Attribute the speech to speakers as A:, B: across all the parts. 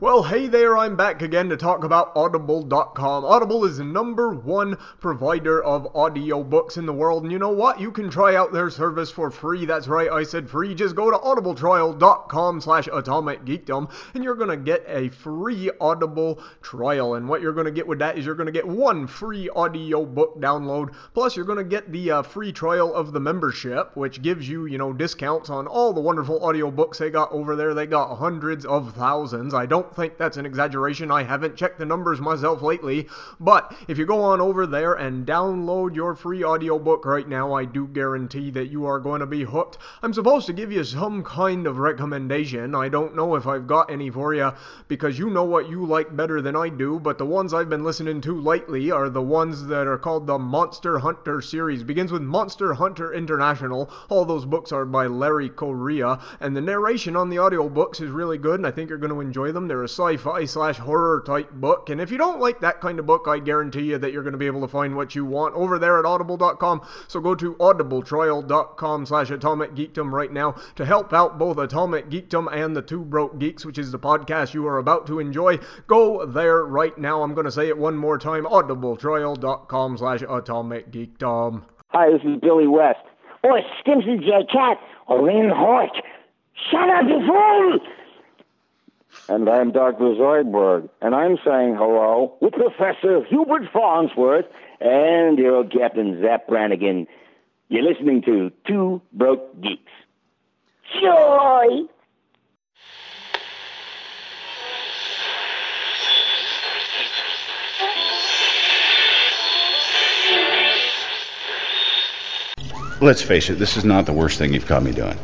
A: Well, hey there, I'm back again to talk about Audible.com. Audible is the number one provider of audiobooks in the world, and you know what? You can try out their service for free. That's right, I said free. Just go to audibletrial.com slash atomicgeekdom, and you're going to get a free Audible trial. And what you're going to get with that is you're going to get one free audiobook download, plus you're going to get the uh, free trial of the membership, which gives you, you know, discounts on all the wonderful audiobooks they got over there. They got hundreds of thousands. I don't think that's an exaggeration. I haven't checked the numbers myself lately. But if you go on over there and download your free audiobook right now, I do guarantee that you are going to be hooked. I'm supposed to give you some kind of recommendation. I don't know if I've got any for you because you know what you like better than I do. But the ones I've been listening to lately are the ones that are called the Monster Hunter series. Begins with Monster Hunter International. All those books are by Larry Correa, and the narration on the audiobooks is really good, and I think you're going to enjoy them. They're a sci-fi slash horror type book, and if you don't like that kind of book, I guarantee you that you're going to be able to find what you want over there at Audible.com. So go to audibletrial.com slash Atomic Geekdom right now to help out both Atomic Geekdom and the Two Broke Geeks, which is the podcast you are about to enjoy. Go there right now. I'm going to say it one more time: audibletrial.com slash Atomic Geekdom.
B: Hi, this is Billy West. Or Stimson J. Cat or Lynn Hort. Shut up, you fool!
C: And I'm Dr. Zoidberg, and I'm saying hello with Professor Hubert Farnsworth and your old Captain Zap Brannigan. You're listening to Two Broke Geeks.
B: Joy!
D: Let's face it, this is not the worst thing you've caught me doing.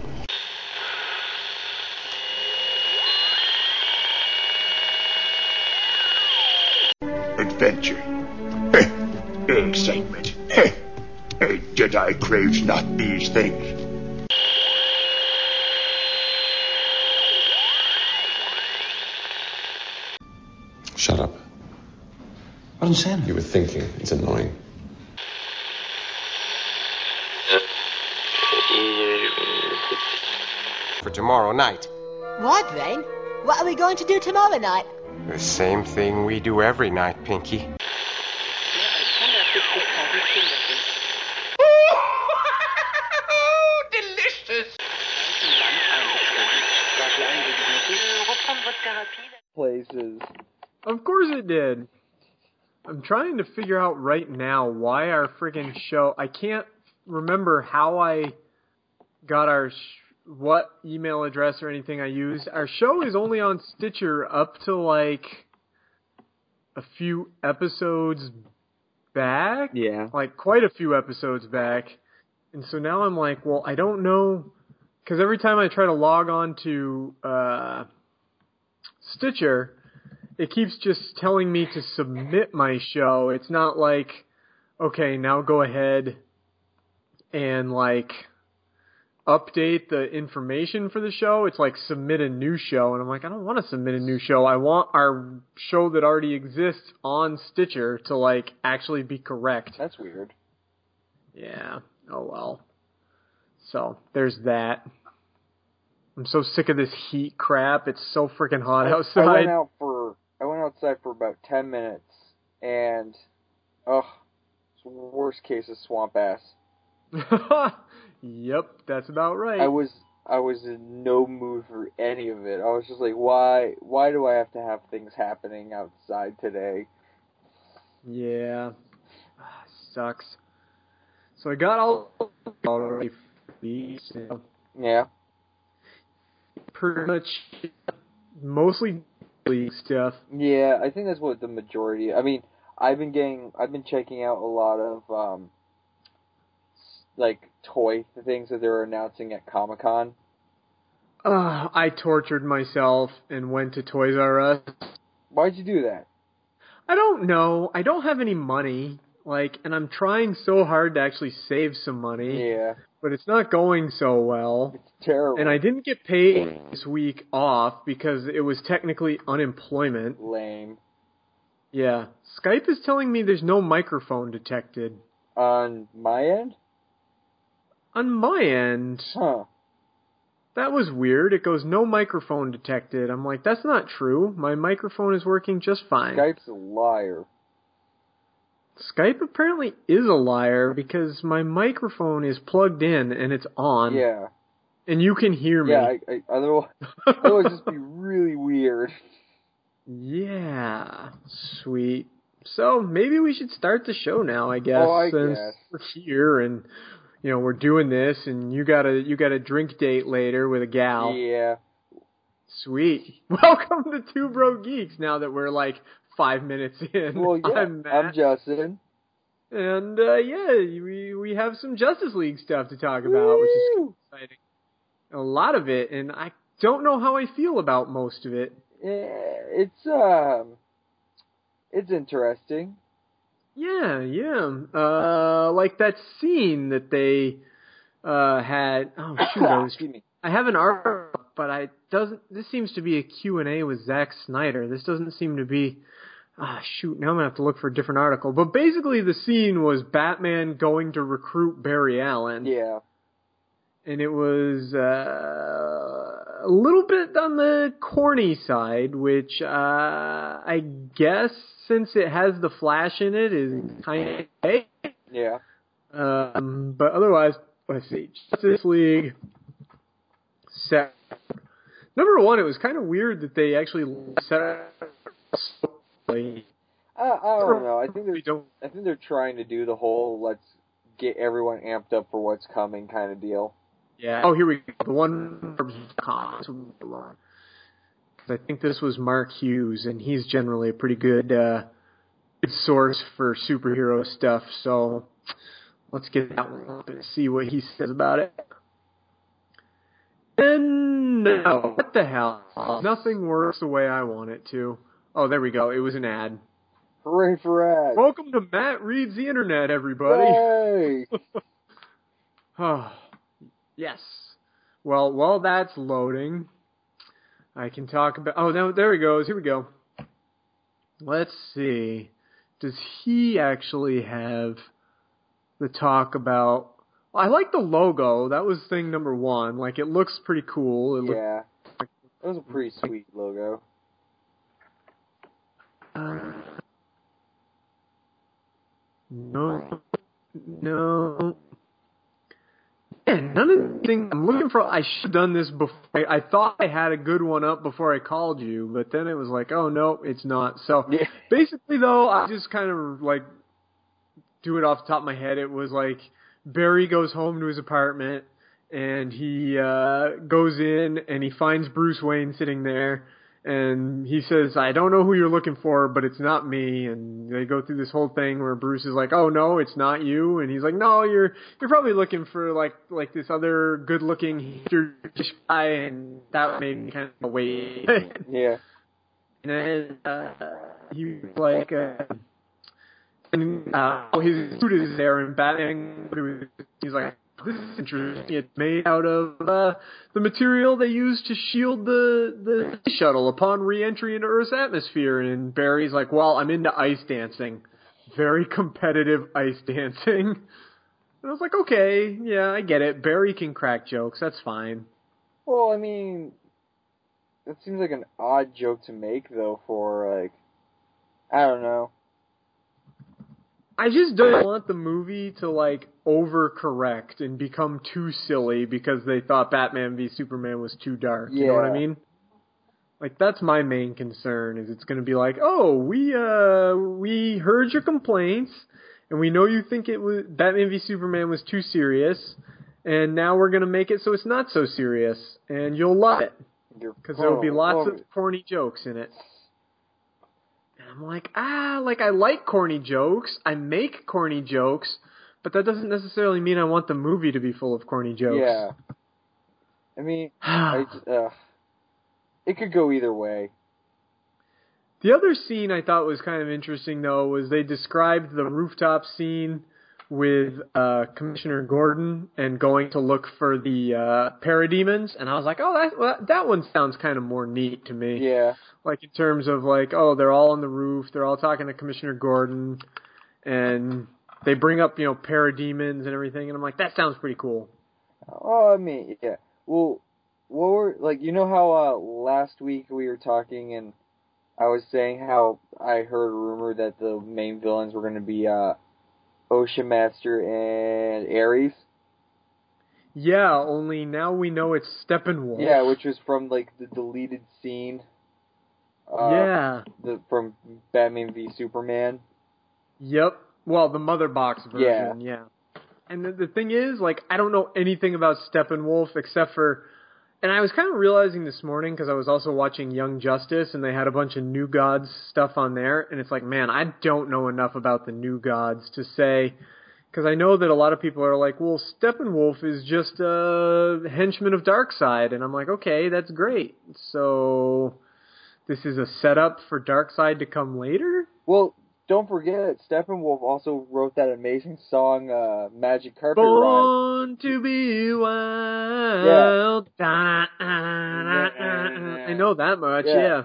E: adventure. Eh, Excitement. Eh, Jedi craves not these things.
F: Shut up. I don't understand what you were thinking. It's annoying.
G: for tomorrow night.
H: What, Rain? What are we going to do tomorrow night?
G: The same thing we do every night, Pinky.
I: places.
A: Of course it did. I'm trying to figure out right now why our freaking show. I can't remember how I got our sh- what email address or anything I used. Our show is only on Stitcher up to like a few episodes back.
I: Yeah.
A: Like quite a few episodes back. And so now I'm like, well, I don't know cuz every time I try to log on to uh Stitcher, it keeps just telling me to submit my show. It's not like, okay, now go ahead and like update the information for the show. It's like submit a new show. And I'm like, I don't want to submit a new show. I want our show that already exists on Stitcher to like actually be correct.
I: That's weird.
A: Yeah. Oh well. So there's that. I'm so sick of this heat crap. It's so freaking hot
I: I
A: outside.
I: went out for I went outside for about ten minutes, and ugh, it's the worst case of swamp ass.
A: yep, that's about right.
I: I was I was in no mood for any of it. I was just like, why why do I have to have things happening outside today?
A: Yeah. Ah, Sucks. So I got all already these uh,
I: Yeah,
A: pretty much mostly league stuff.
I: yeah. I think that's what the majority. I mean, I've been getting I've been checking out a lot of um s- like toy things that they're announcing at Comic Con.
A: Uh, I tortured myself and went to Toys R Us.
I: Why'd you do that?
A: I don't know. I don't have any money. Like, and I'm trying so hard to actually save some money,
I: Yeah,
A: but it's not going so well.
I: it's terrible.
A: Mm. And I didn't get paid this week off because it was technically unemployment.
I: lame
A: Yeah. Skype is telling me there's no microphone detected.
I: on my end,
A: On my end,
I: huh?
A: that was weird. It goes, no microphone detected. I'm like, that's not true. My microphone is working just fine.
I: Skype's a liar.
A: Skype apparently is a liar because my microphone is plugged in and it's on.
I: Yeah.
A: And you can hear Um, me.
I: Yeah, I, I, otherwise, otherwise it'd just be really weird.
A: Yeah, sweet. So maybe we should start the show now, I guess,
I: Oh, I
A: since
I: guess.
A: we're here and you know we're doing this, and you got a you got a drink date later with a gal.
I: Yeah.
A: Sweet. Welcome to Two Bro Geeks. Now that we're like five minutes in,
I: Well, yeah,
A: I'm
I: I'm,
A: Matt,
I: Justin.
A: and uh, yeah, we we have some Justice League stuff to talk about, which is
I: Woo!
A: exciting. A lot of it, and I don't know how I feel about most of it.
I: Yeah, it's um, it's interesting.
A: Yeah, yeah. Uh, like that scene that they uh had. Oh shoot, I, was,
I: Excuse me.
A: I have an art, but I doesn't. This seems to be a Q and A with Zack Snyder. This doesn't seem to be. Ah, shoot. Now I'm gonna have to look for a different article. But basically, the scene was Batman going to recruit Barry Allen,
I: Yeah,
A: and it was uh, a little bit on the corny side, which uh, I guess since it has the Flash in it, is kind of okay.
I: yeah.
A: Um, but otherwise, let's see. Justice League. Set. Number one, it was kind of weird that they actually set up. slowly.
I: I, I don't know. I think
A: We
I: they're
A: don't.
I: I think they're trying to do the whole let's get everyone amped up for what's coming kind of deal.
A: Yeah. Oh, here we go. The one from Cox. I think this was Mark Hughes, and he's generally a pretty good, uh, good source for superhero stuff. So let's get that one up and see what he says about it. And no, what the hell? Nothing works the way I want it to. Oh, there we go. It was an ad.
I: Hooray for us!
A: Welcome to Matt Reads the Internet, everybody.
I: Yay!
A: Oh, yes. Well, while that's loading, I can talk about. Oh, no, there he goes. Here we go. Let's see. Does he actually have the talk about? I like the logo. That was thing number one. Like it looks pretty cool. It looks
I: yeah, that was a pretty sweet logo.
A: Um, no, no. Man, none of the things I'm looking for. I should have done this before. I, I thought I had a good one up before I called you, but then it was like, oh no, it's not. So
I: Yeah.
A: basically, though, I just kind of like do it off the top of my head. It was like Barry goes home to his apartment and he uh, goes in and he finds Bruce Wayne sitting there and he says, I don't know who you're looking for, but it's not me. And they go through this whole thing where Bruce is like, Oh no, it's not you. And he's like, No, you're, you're probably looking for like, like this other good looking guy. And that made me kind of wait.
I: Yeah,
A: and then, uh, he was like, uh, and uh, his suit is there, and Batman, he's like, this is interesting. It's made out of uh, the material they use to shield the the space shuttle upon re-entry into Earth's atmosphere. And Barry's like, well, I'm into ice dancing, very competitive ice dancing. And I was like, okay, yeah, I get it. Barry can crack jokes, that's fine.
I: Well, I mean, that seems like an odd joke to make, though, for, like, I don't know.
A: I just don't want the movie to like overcorrect and become too silly because they thought Batman v Superman was too dark. You know what I
I: Yeah.
A: mean? Like that's my main concern is it's going to be like, "Oh, we uh we heard your complaints and we know you think it was Batman v Superman was too serious and now we're going to make it so it's not so serious and you'll love it."
I: You're
A: because there will be
I: oh,
A: lots
I: oh,
A: of corny jokes in it. And I'm like, ah, like I like corny jokes. I make corny jokes, but that doesn't necessarily mean I want the movie to be full of corny jokes.
I: Yeah. I mean, I, j- uh, it could go either way.
A: The other scene I thought was kind of interesting though was they described the rooftop scene with uh, Commissioner Gordon and going to look for the uh, parademons, and I was like, oh, that well, that one sounds kind of more neat to me.
I: Yeah.
A: like in terms of like oh they're all on the roof they're all talking to commissioner gordon and they bring up you know parademons and everything and i'm like that sounds pretty cool
I: Oh, I mean, yeah. Well, what were like you know how uh, last week we were talking and I was saying how I heard a rumor that the main villains were going to be uh, Ocean Master and Ares.
A: Yeah, only now we know it's Steppenwolf.
I: Yeah, which was from like the deleted scene. Uh,
A: yeah.
I: The, from Batman v Superman.
A: Yep. Well, the mother box version, yeah. And the, the thing is, like, I don't know anything about Steppenwolf except for, and I was kind of realizing this morning because I was also watching Young Justice and they had a bunch of New Gods stuff on there, and it's like, man, I don't know enough about the New Gods to say, because I know that a lot of people are like, well, Steppenwolf is just a henchman of Darkseid, and I'm like, okay, that's great. So, this is a setup for Darkseid to come later.
I: Well, don't forget Steppenwolf also wrote that amazing song uh, Magic Carpet Ride.
A: Born to be wild. Da-na-na-na-na. I know that much, yeah.
I: Yeah.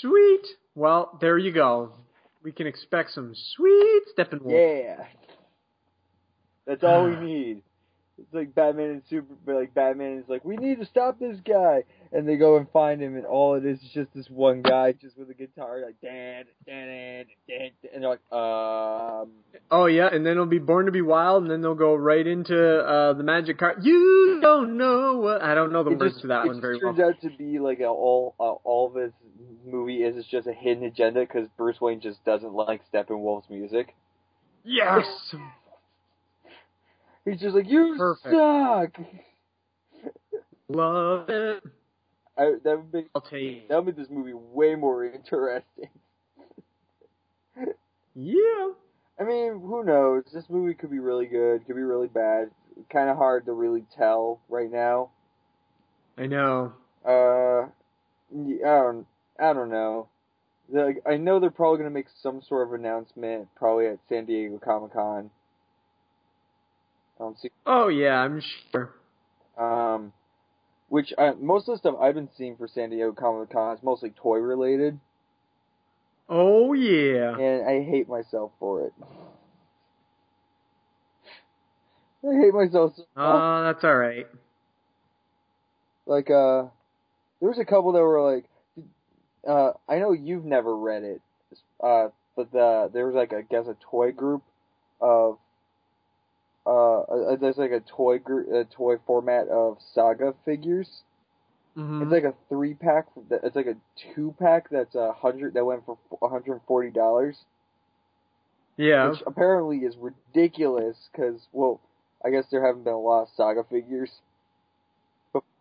A: Sweet. Well, there you go. We can expect some sweet Steppenwolf.
I: Yeah. That's all we need. It's like Batman and Super like Batman is like, We need to stop this guy and they go and find him and all it is is just this one guy just with a guitar like dan dan dan dan," and they're like, um
A: Oh yeah, and then it'll be Born to be Wild, and then they'll go right into uh, the Magic Car. You don't know what I don't know the
I: it
A: words
I: just,
A: to that
I: it
A: one very
I: just
A: well.
I: turns out to be like a, all uh, all this movie is is just a hidden agenda because Bruce Wayne just doesn't like Steppenwolf's music.
A: yes.
I: He's just like, You
A: Perfect.
I: suck
A: Love it.
I: I, that would make
A: I'll take.
I: that would make this movie way more interesting.
A: Yeah.
I: I mean, who knows? This movie could be really good, could be really bad. Kind of hard to really tell right now.
A: I know.
I: Uh, y- I don't, I don't know. Like, I know they're probably gonna make some sort of announcement, probably at San Diego Comic Con. I don't see,
A: Oh yeah, I'm sure.
I: um, which uh, most of the stuff I've been seeing for San Diego Comic Con is mostly toy related,
A: Oh yeah.
I: and I hate myself for it. I hate myself. So
A: Oh, that's all right.
I: like uh there was a couple that were like uh I know you've never read it uh but the there was like I guess a toy group of uh uh, there's like a toy group a toy format of saga figures
A: Mhm.
I: it's like a three pack it's like a two pack that's a hundred that went for 140 dollars
A: yeah.
I: which apparently is ridiculous because well I guess there haven't been a lot of saga figures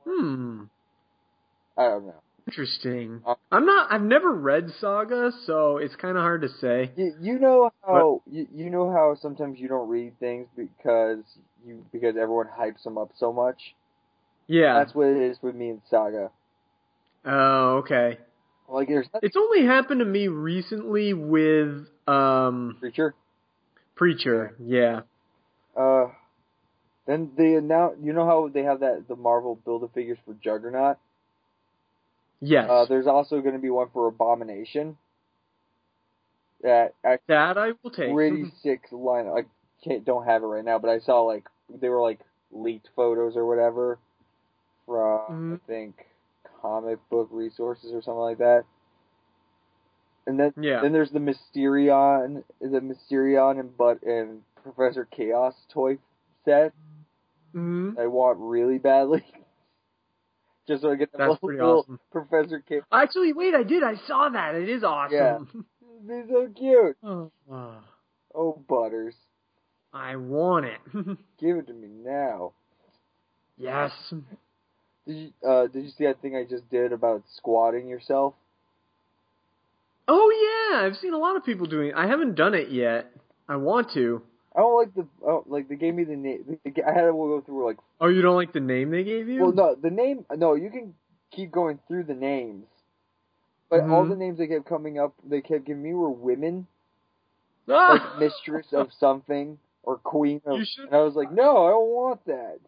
A: Hmm.
I: I don't know
A: Interesting.
I: Uh,
A: I'm not. I've never read Saga, so it's kind of hard to say.
I: You, you know how you, you know how sometimes you don't read things because you because everyone hypes them up so much.
A: Yeah.
I: That's what it is with me and Saga.
A: oh, okay.
I: Like there's nothing
A: It's only happened to me recently with um
I: creature.
A: Preacher. Yeah.
I: Uh, then they now you know how they have that the Marvel build a figures for Juggernaut.
A: Yes.
I: Uh, there's also going to be one for Abomination. That actually
A: that I will take.
I: pretty sick lineup. I can't don't have it right now, but I saw like they were like leaked photos or whatever from
A: Mhm.
I: I think comic book resources or something like that. And then
A: Yeah.
I: then there's the Mysterion, the Mysterion and but and Professor Chaos toy set.
A: Mhm.
I: I want really badly. Just so I get the
A: Mm-hmm. That's
I: little,
A: pretty awesome.
I: Professor Chaos.
A: Actually, wait, I did. I saw that. It is awesome.
I: They're so cute.
A: Oh, uh,
I: Oh, butters,
A: I want it.
I: give it to me now.
A: yes.
I: Did you, uh, did you see that thing I just did about squatting yourself?
A: Oh yeah, I've seen a lot of people doing. it. I haven't done it yet. I want to.
I: I don't like the oh, like they gave me the name. I had to go through like
A: Oh, you don't like the name they gave you?
I: well no the name no you can keep going through the names, but all
A: Mhm.
I: the names they kept coming up they kept giving me were women
A: Ah!
I: like mistress of something or queen of
A: You should-
I: and I was like no I don't want that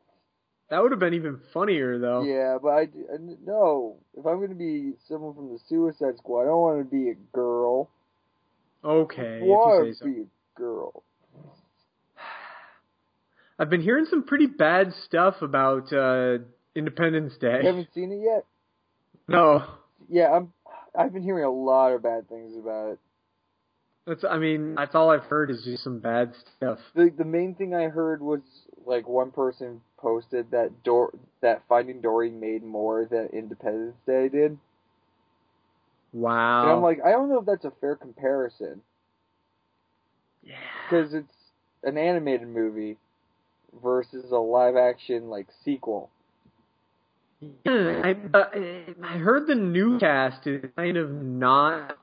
A: that would have been even funnier though.
I: yeah but I, I no if I'm gonna be someone from the Suicide Squad I don't want to be a girl
A: Okay,
I: I
A: if you
I: want
A: say
I: to
A: so.
I: be a girl
A: I've been hearing some pretty bad stuff about uh, Independence
I: You
A: Day.
I: haven't seen it yet?
A: No,
I: Yeah, I'm. I've been hearing a lot of bad things about it.
A: that's. I mean, that's all I've heard is just some bad stuff.
I: The the main thing I heard was like one person posted that Dor that Finding Dory made more than Independence Day did,
A: Wow.
I: and
A: Oh.
I: I'm like, I don't know if that's a fair comparison
A: yeah.
I: because it's an animated movie versus a live action like sequel.
A: I, but I heard the new cast is kind of not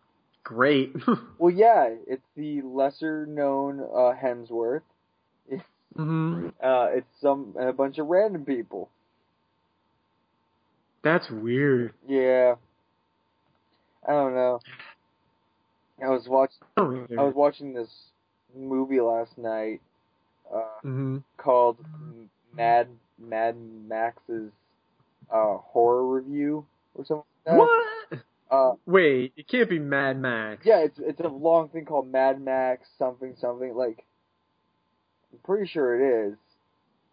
A: great.
I: Well, yeah, it's the lesser known uh, Hemsworth.
A: Mhm.
I: Uh, it's some a bunch of random people.
A: That's weird.
I: Yeah, I don't know. I was watching.
A: Oh, yeah.
I: I was watching this movie last night uh,
A: Mhm.
I: called M- Mad Mad Max's uh, horror review or something. Like that.
A: What?
I: Uh,
A: Wait, it can't be Mad Max.
I: yeah, it's it's a long thing called Mad Max something something. Like, I'm pretty sure it is.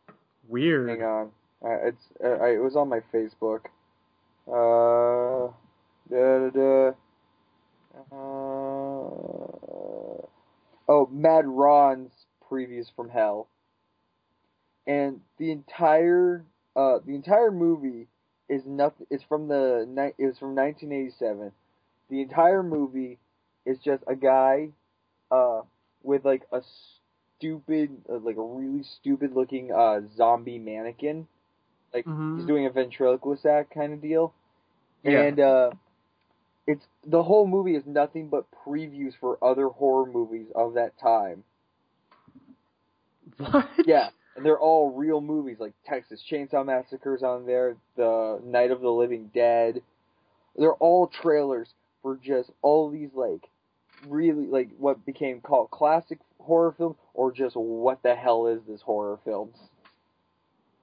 I: Hang
A: Weird.
I: on, uh, it's uh, I, it was on my Facebook. Uh, da da da. Uh, oh, Mad Ron's previews from hell, and the entire uh the entire movie is nothing. It's from the ni- it was from 1987. The entire movie is just a guy, uh, with like a stupid, uh, like a really stupid looking uh zombie mannequin. Like
A: Mhm.
I: he's doing a ventriloquist act kind of deal,
A: Yeah.
I: and uh, it's the whole movie is nothing but previews for other horror movies of that time.
A: What?
I: Yeah, and they're all real movies like Texas Chainsaw Massacre's on there, The Night of the Living Dead. They're all trailers for just all these like really like what became called classic horror films or just what the hell is this horror films.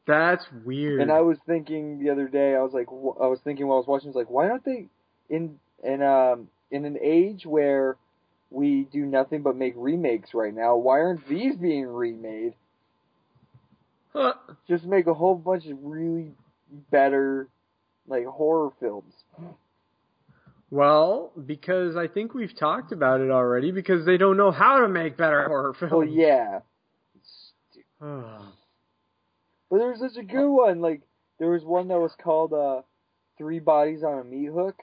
A: That's weird.
I: And I was thinking the other day, I was like, wh- I was thinking while I was watching, I was like, why aren't they in in um in an age where we do nothing but make remakes right now? Why aren't these being remade?
A: Huh.
I: Just make a whole bunch of really better like horror films.
A: Well, because I think we've talked about it already. Because they don't know how to make better horror films.
I: Well, yeah, but there was such a good one. Like there was one that was called uh, Three Bodies on a Meat Hook.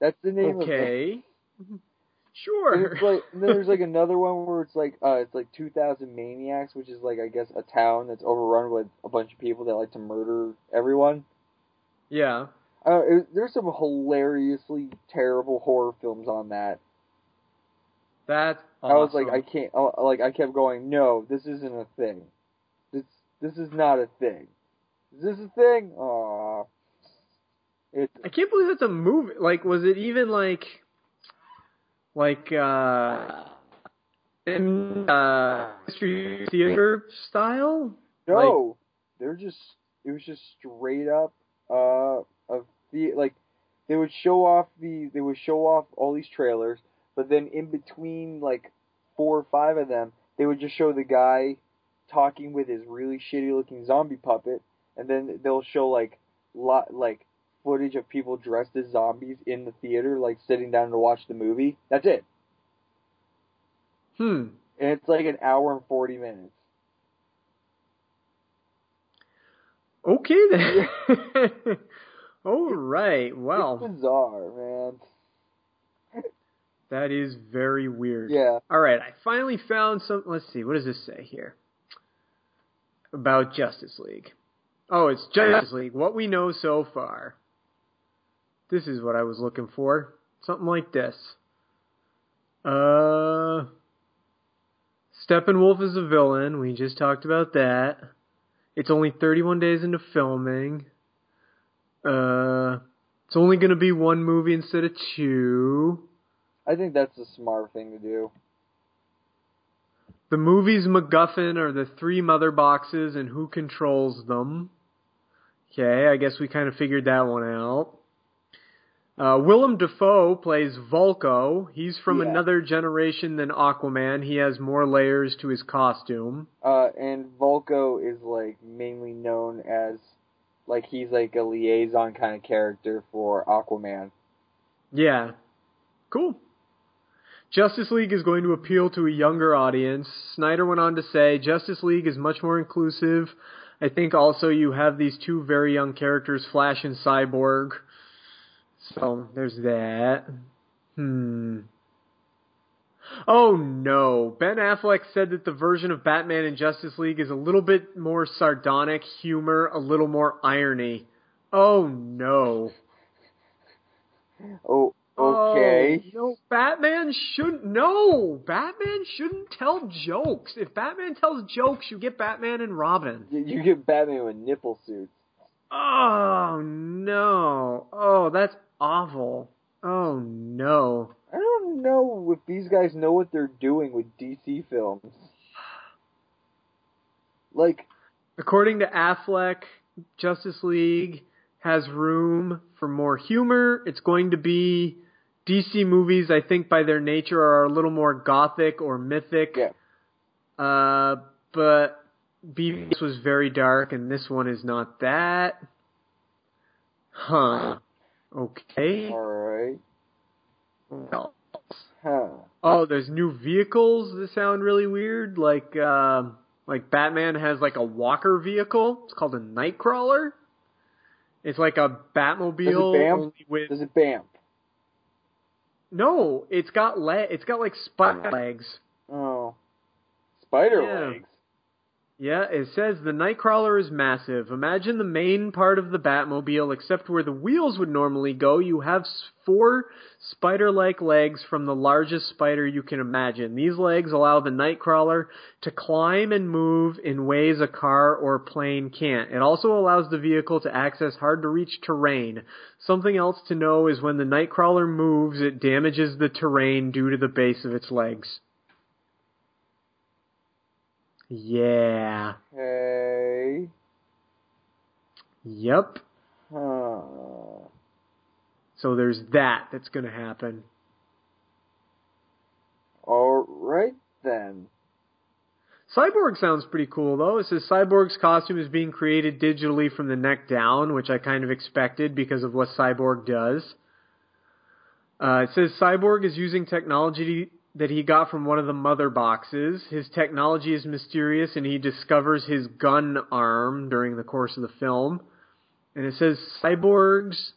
I: That's the name of it.
A: okay.
I: And
A: Sure.
I: it's like and then there's like another one where it's like uh it's like 2000 maniacs which is like i guess a town that's overrun with a bunch of people that like to murder everyone
A: yeah.
I: uh it, there's some hilariously terrible horror films on that
A: That's.
I: i was
A: awesome.
I: like i can't uh, like i kept going no this isn't a thing this this is not a thing is this a thing Aww. it's
A: I can't believe that's a movie. Like, was it even like, like, uh, in, uh, history theater style?
I: No, they're just it was just straight up uh of the like they would show off the they would show off all these trailers, but then in between like four or five of them, they would just show the guy talking with his really shitty looking zombie puppet, and then they'll show like lot like footage of people dressed as zombies in the theater, like sitting down to watch the movie. That's it,
A: Hmm.
I: and it's like an hour and forty minutes.
A: Okay then. All right.
I: it's
A: Well,
I: bizarre, man.
A: that is very weird.
I: Yeah.
A: All right. I finally found some. Let's see. What does this say here? About Justice League. Oh, it's Justice League. What we know so far. This is what I was looking for. Something like this. Uh, Steppenwolf is a villain. We just talked about that. It's only 31 days into filming. Uh, it's only going to be one movie instead of two.
I: I think that's a smart thing to do.
A: The movie's MacGuffin are the three mother boxes and who controls them. Okay, I guess we kind of figured that one out. Uh, Willem Dafoe plays Volko. He's from
I: Yeah.
A: another generation than Aquaman. He has more layers to his costume.
I: Uh, and Volko is like mainly known as like he's like a liaison kind of character for Aquaman.
A: Yeah. Cool. Justice League is going to appeal to a younger audience. Snyder went on to say Justice League is much more inclusive. I think also you have these two very young characters, Flash and Cyborg. So there's that. Hmm. Oh no. Ben Affleck said that the version of Batman in Justice League is a little bit more sardonic humor, a little more irony. Oh no.
I: Oh, okay.
A: Oh, no, Batman shouldn't. No, Batman shouldn't tell jokes. If Batman tells jokes, you get Batman and Robin.
I: You- You get Batman with nipple suits.
A: Oh no. Oh, that's awful. Oh no.
I: I don't know if these guys know what they're doing with DC films. Like,
A: According to Affleck, Justice League has room for more humor. It's going to be DC movies. I think by their nature are a little more gothic or mythic.
I: yeah,
A: Uh, but Beavis was very dark, and this one is not that. Huh. Okay.
I: alright. Huh.
A: Oh, there's new vehicles that sound really weird. Like, um, like Batman has like a walker vehicle. It's called a Nightcrawler. It's like a Batmobile
I: bam?
A: only with
I: Does it bamp?
A: no. It's got le- It's got like spike legs.
I: Oh. Spider
A: Yeah.
I: legs.
A: Yeah, it says the Nightcrawler is massive. Imagine the main part of the Batmobile, except where the wheels would normally go. You have s- four spider like legs from the largest spider you can imagine. These legs allow the Nightcrawler to climb and move in ways a car or plane can't. It also allows the vehicle to access hard to reach terrain. Something else to know is when the Nightcrawler moves, it damages the terrain due to the base of its legs. Yeah.
I: Okay.
A: Yep.
I: Huh.
A: So there's that that's going to happen.
I: Alright then.
A: Cyborg sounds pretty cool though. It says Cyborg's costume is being created digitally from the neck down, which I kind of expected because of what Cyborg does. Uh, it says Cyborg is using technology that he got from one of the mother boxes. His technology is mysterious and he discovers his gun arm during the course of the film. And it says Cyborg's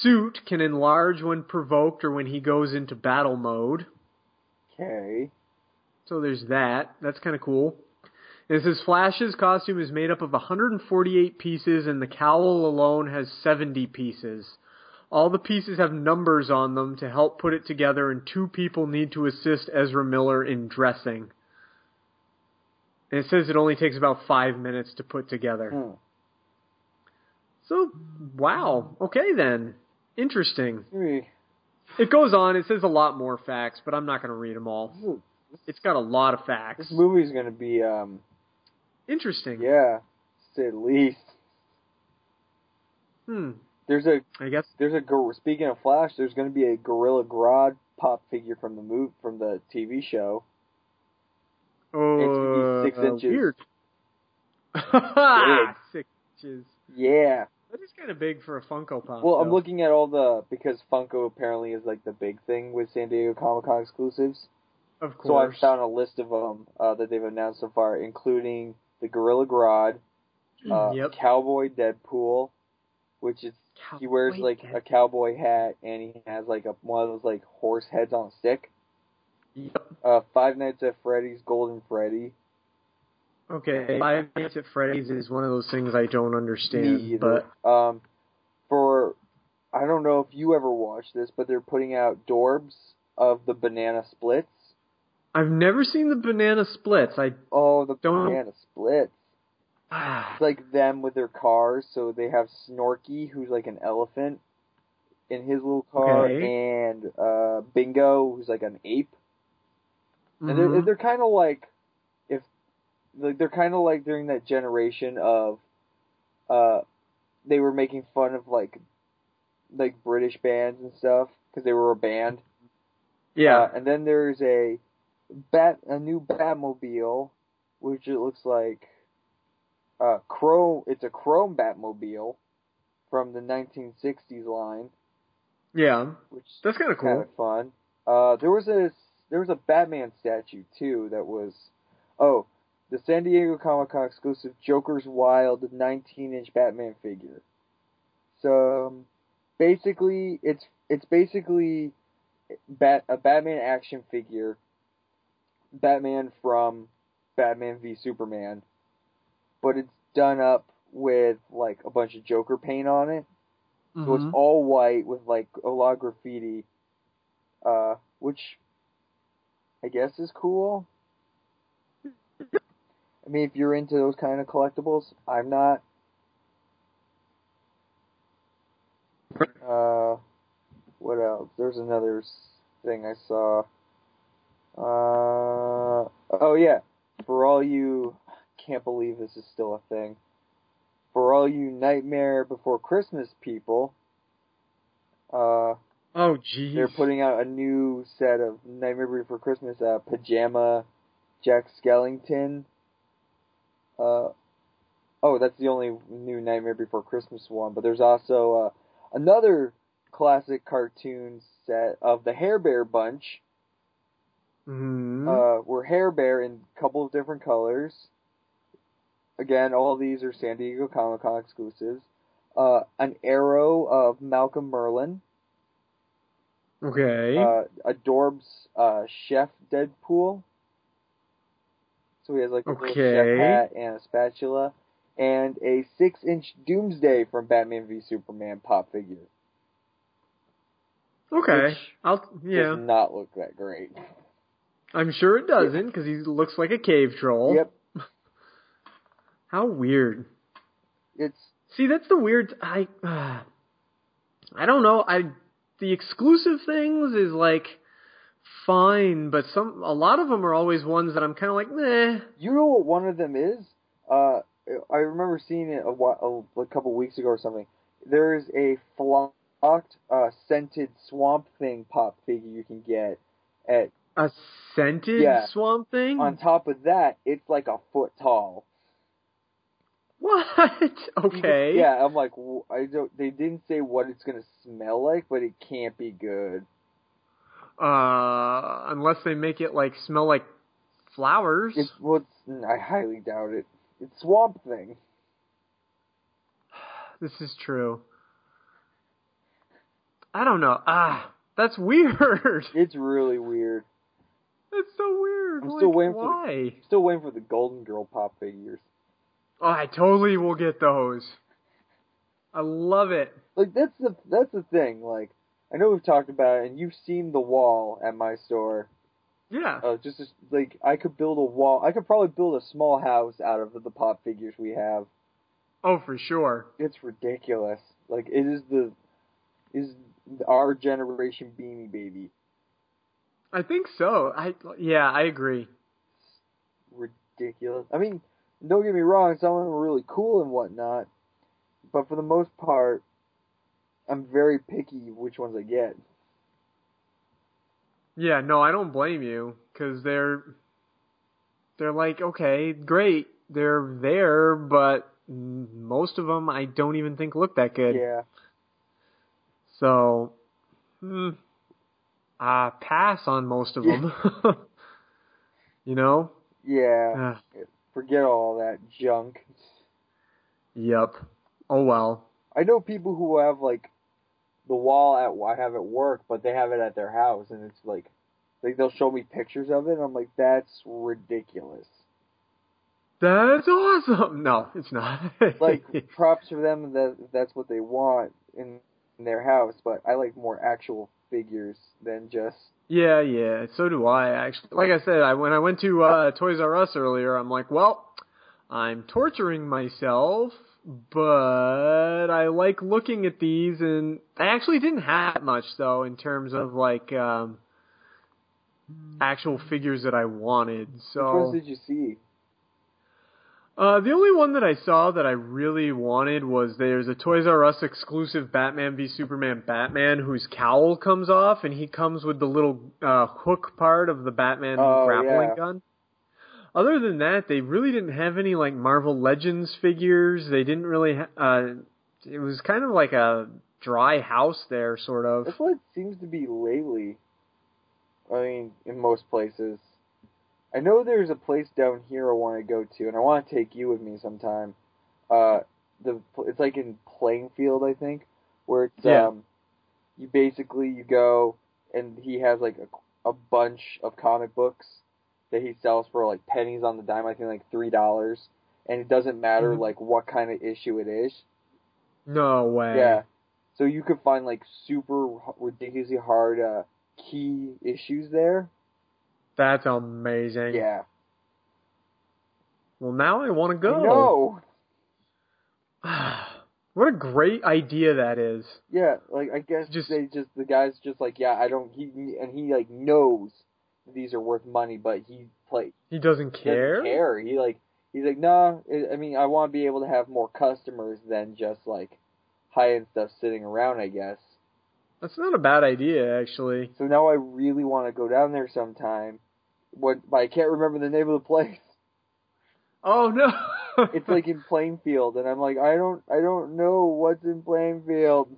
A: suit can enlarge when provoked or when he goes into battle mode.
I: Okay.
A: So there's that. That's kind of cool. And it says Flash's costume is made up of 148 pieces, and the cowl alone has 70 pieces. All the pieces have numbers on them to help put it together, and two people need to assist Ezra Miller in dressing. And it says it only takes about five minutes to put together.
I: Hmm.
A: So, wow. Okay then. Interesting.
I: Hmm.
A: It goes on. It says a lot more facts, but I'm not going to read them all.
I: This, is-
A: It's got a lot of facts.
I: this movie's gonna be, um,
A: Interesting.
I: yeah, to say the least.
A: Hmm.
I: There's a
A: I guess.
I: there's a gor- speaking of Flash, there's going to be a Gorilla Grodd pop figure from the move from the TV show.
A: Oh,
I: six
A: uh,
I: inches.
A: weird. Ah, six inches.
I: Yeah.
A: That is kind of big for a Funko Pop.
I: Well, I'm
A: though.
I: looking at all the because Funko apparently is like the big thing with San Diego Comic Con exclusives.
A: Of
I: So I
A: course.
I: found a list of them uh, that they've announced so far, including the Gorilla Grodd, uh,
A: Hmm, Yep.
I: Cowboy Deadpool, which is he wears
A: Cowboy
I: like a
A: Deadpool.
I: cowboy hat and he has like a one of those like horse heads on a stick.
A: Yep.
I: Uh, Five Nights at Freddy's, Golden Freddy.
A: Okay, Five Nights at Freddy's is one of those things I don't understand.
I: Me either.
A: but
I: Um, for I don't know if you ever watched this, but they're putting out Dorbs of the Banana Splits.
A: I've never seen the Banana Splits. I
I: Oh, the
A: Don't-
I: Banana Splits!
A: ah,
I: It's like them with their cars. So they have Snorky, who's like an elephant, in his little car,
A: Okay.
I: and uh, Bingo, who's like an ape. And they're,
A: mhm.
I: they're kind of like if like they're kind of like during that generation of uh they were making fun of like like British bands and stuff because they were a band. Uh,
A: Yeah.
I: and then there's a bat, a new Batmobile, which it looks like uh, chrome. It's a chrome Batmobile from the 1960s line,
A: Yeah.
I: which is
A: That's kind of
I: kind
A: cool.
I: of fun. Uh, there was a there was a Batman statue too that was oh the San Diego Comic Con exclusive Joker's Wild 19 inch Batman figure. So um, basically, it's it's basically bat a Batman action figure, Batman from Batman v Superman, but it's done up with like a bunch of Joker paint on it. So it's
A: Mhm.
I: all white with like a lot of graffiti, uh, which I guess is cool. I mean, if you're into those kind of collectibles, I'm not. Uh, what else? There's another s- thing I saw. Uh, oh yeah, for all you, can't believe this is still a thing. For all you Nightmare Before Christmas people, uh,
A: Oh, jeez.
I: they're putting out a new set of Nightmare Before Christmas uh, pajama Jack Skellington. Uh, oh, that's the only new Nightmare Before Christmas one. But there's also uh, another classic cartoon set of the Hair Bear Bunch,
A: Mhm.
I: uh, where Hair Bear in a couple of different colors. Again, all these are San Diego Comic Con exclusives. Uh, an arrow of Malcolm Merlin.
A: okay.
I: uh, Adorb's uh, chef Deadpool. So he has like a little
A: Okay.
I: chef hat and a spatula, and a six-inch Doomsday from Batman v Superman pop figure.
A: okay.
I: which
A: I'll. Yeah.
I: Does not look that great.
A: I'm sure it doesn't because he looks like a cave troll.
I: Yep,
A: How weird.
I: it's
A: See, that's the weird. I. Uh, I don't know. I the exclusive things is like fine, but some a lot of them are always ones that I'm kind of like meh.
I: you know what one of them is. Uh, I remember seeing it a while, a couple weeks ago or something. There is a flocked, uh, scented swamp thing pop figure you can get at.
A: A scented
I: Yeah.
A: swamp thing.
I: On top of that, it's like a foot tall.
A: what?
I: You just-
A: Okay.
I: Yeah, I'm like, w- I don't. They didn't say what it's gonna smell like, but it can't be good.
A: Uh, unless they make it like smell like flowers.
I: It's what's. I highly doubt it. It's Swamp Thing.
A: This is true. I don't know. Ah, that's weird.
I: It's really weird.
A: That's so weird.
I: I'm
A: like,
I: still waiting for-
A: why?
I: Still waiting for the Golden Girl pop figures.
A: Oh, I totally will get those. I love it.
I: Like that's the that's the thing. Like I know we've talked about it, and you've seen the wall at my store.
A: Yeah.
I: Uh, just as, like I could build a wall. I could probably build a small house out of the pop figures we have.
A: Oh, for sure.
I: It's ridiculous. Like it is the is our generation Beanie Baby.
A: I think so. I yeah, I agree.
I: ridiculous. I mean, don't get me wrong, some of them are really cool and whatnot, but for the most part, I'm very picky which ones I get.
A: Yeah, no, I don't blame you cuz they're they're like, okay, great. They're there, but mm, most of them I don't even think look that good.
I: Yeah,
A: So, hmm, I pass on most of them. you know?
I: yeah.
A: Uh,
I: Forget all that junk.
A: yep. Oh well.
I: I know people who have like the wall at I have at work, but they have it at their house, and it's like, like they'll show me pictures of it, and I'm like, that's ridiculous.
A: That's awesome. No, it's not.
I: Like props for them that that's what they want in, in their house, but I like more actual figures than just
A: Yeah, yeah. So do I actually. Like I said, I when I went to uh Toys R Us earlier, I'm like, well, I'm torturing myself, but I like looking at these and I actually didn't have much though in terms of like um actual figures that I wanted.
I: Which
A: So
I: ones did you see?
A: Uh, the only one that I saw that I really wanted was there's a Toys R Us exclusive Batman v Superman Batman whose cowl comes off and he comes with the little uh, hook part of the Batman
I: Oh,
A: grappling
I: yeah.
A: gun. Other than that, they really didn't have any like Marvel Legends figures. They didn't really. Ha- uh, it was kind of like a dry house there, sort of.
I: That's what it seems to be lately. I mean, in most places. I know there's a place down here I want to go to, and I want to take you with me sometime. Uh, the it's like in Plainfield, I think, where it's
A: Yeah.
I: um, you basically you go and he has like a, a bunch of comic books that he sells for like pennies on the dime. I think like three dollars, and it doesn't matter
A: Mhm.
I: like what kind of issue it is.
A: No way.
I: Yeah. So you could find like super h- ridiculously hard uh, key issues there.
A: That's amazing.
I: Yeah.
A: Well, now I want to go.
I: No.
A: what a great idea that is.
I: Yeah. Like I guess
A: Just-
I: they just the guys just like yeah I don't he and he like knows that these are worth money but he play
A: He doesn't care.
I: doesn't care he like he's like nah I- I mean I want to be able to have more customers than just like high end stuff sitting around I guess.
A: That's not a bad idea, actually.
I: So now I really want to go down there sometime. What but I can't remember the name of the place.
A: Oh no.
I: it's like in Plainfield, and I'm like, I don't, I don't know what's in Plainfield.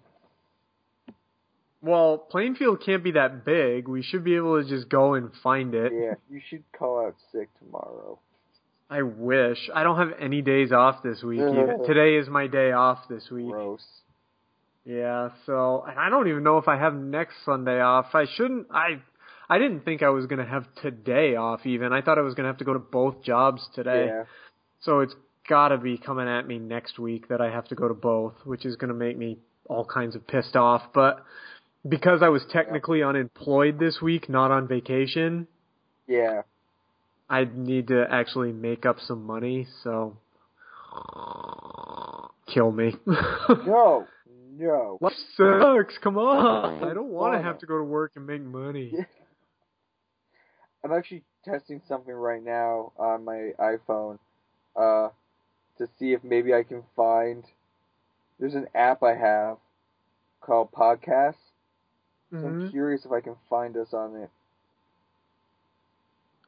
A: well, Plainfield can't be that big. We should be able to just go and find it.
I: Yeah, you should call out sick tomorrow.
A: I wish. I don't have any days off this week. even. Today is my day off this week.
I: Gross.
A: Yeah, so and I don't even know if I have next Sunday off. I shouldn't I I didn't think I was going to have today off even. I thought I was going to have to go to both jobs today.
I: Yeah,
A: So it's got to be coming at me next week that I have to go to both, which is going to make me all kinds of pissed off. But because I was technically unemployed this week, not on vacation,
I: yeah.
A: I need to actually make up some money. So kill me.
I: No, no.
A: Life sucks. Come on. I don't
I: Oh,
A: want to have to go to work and make money.
I: I'm actually testing something right now on my iPhone, uh, to see if maybe I can find. There's an app I have called Podcasts. so
A: Mhm.
I: I'm curious if I can find us on it.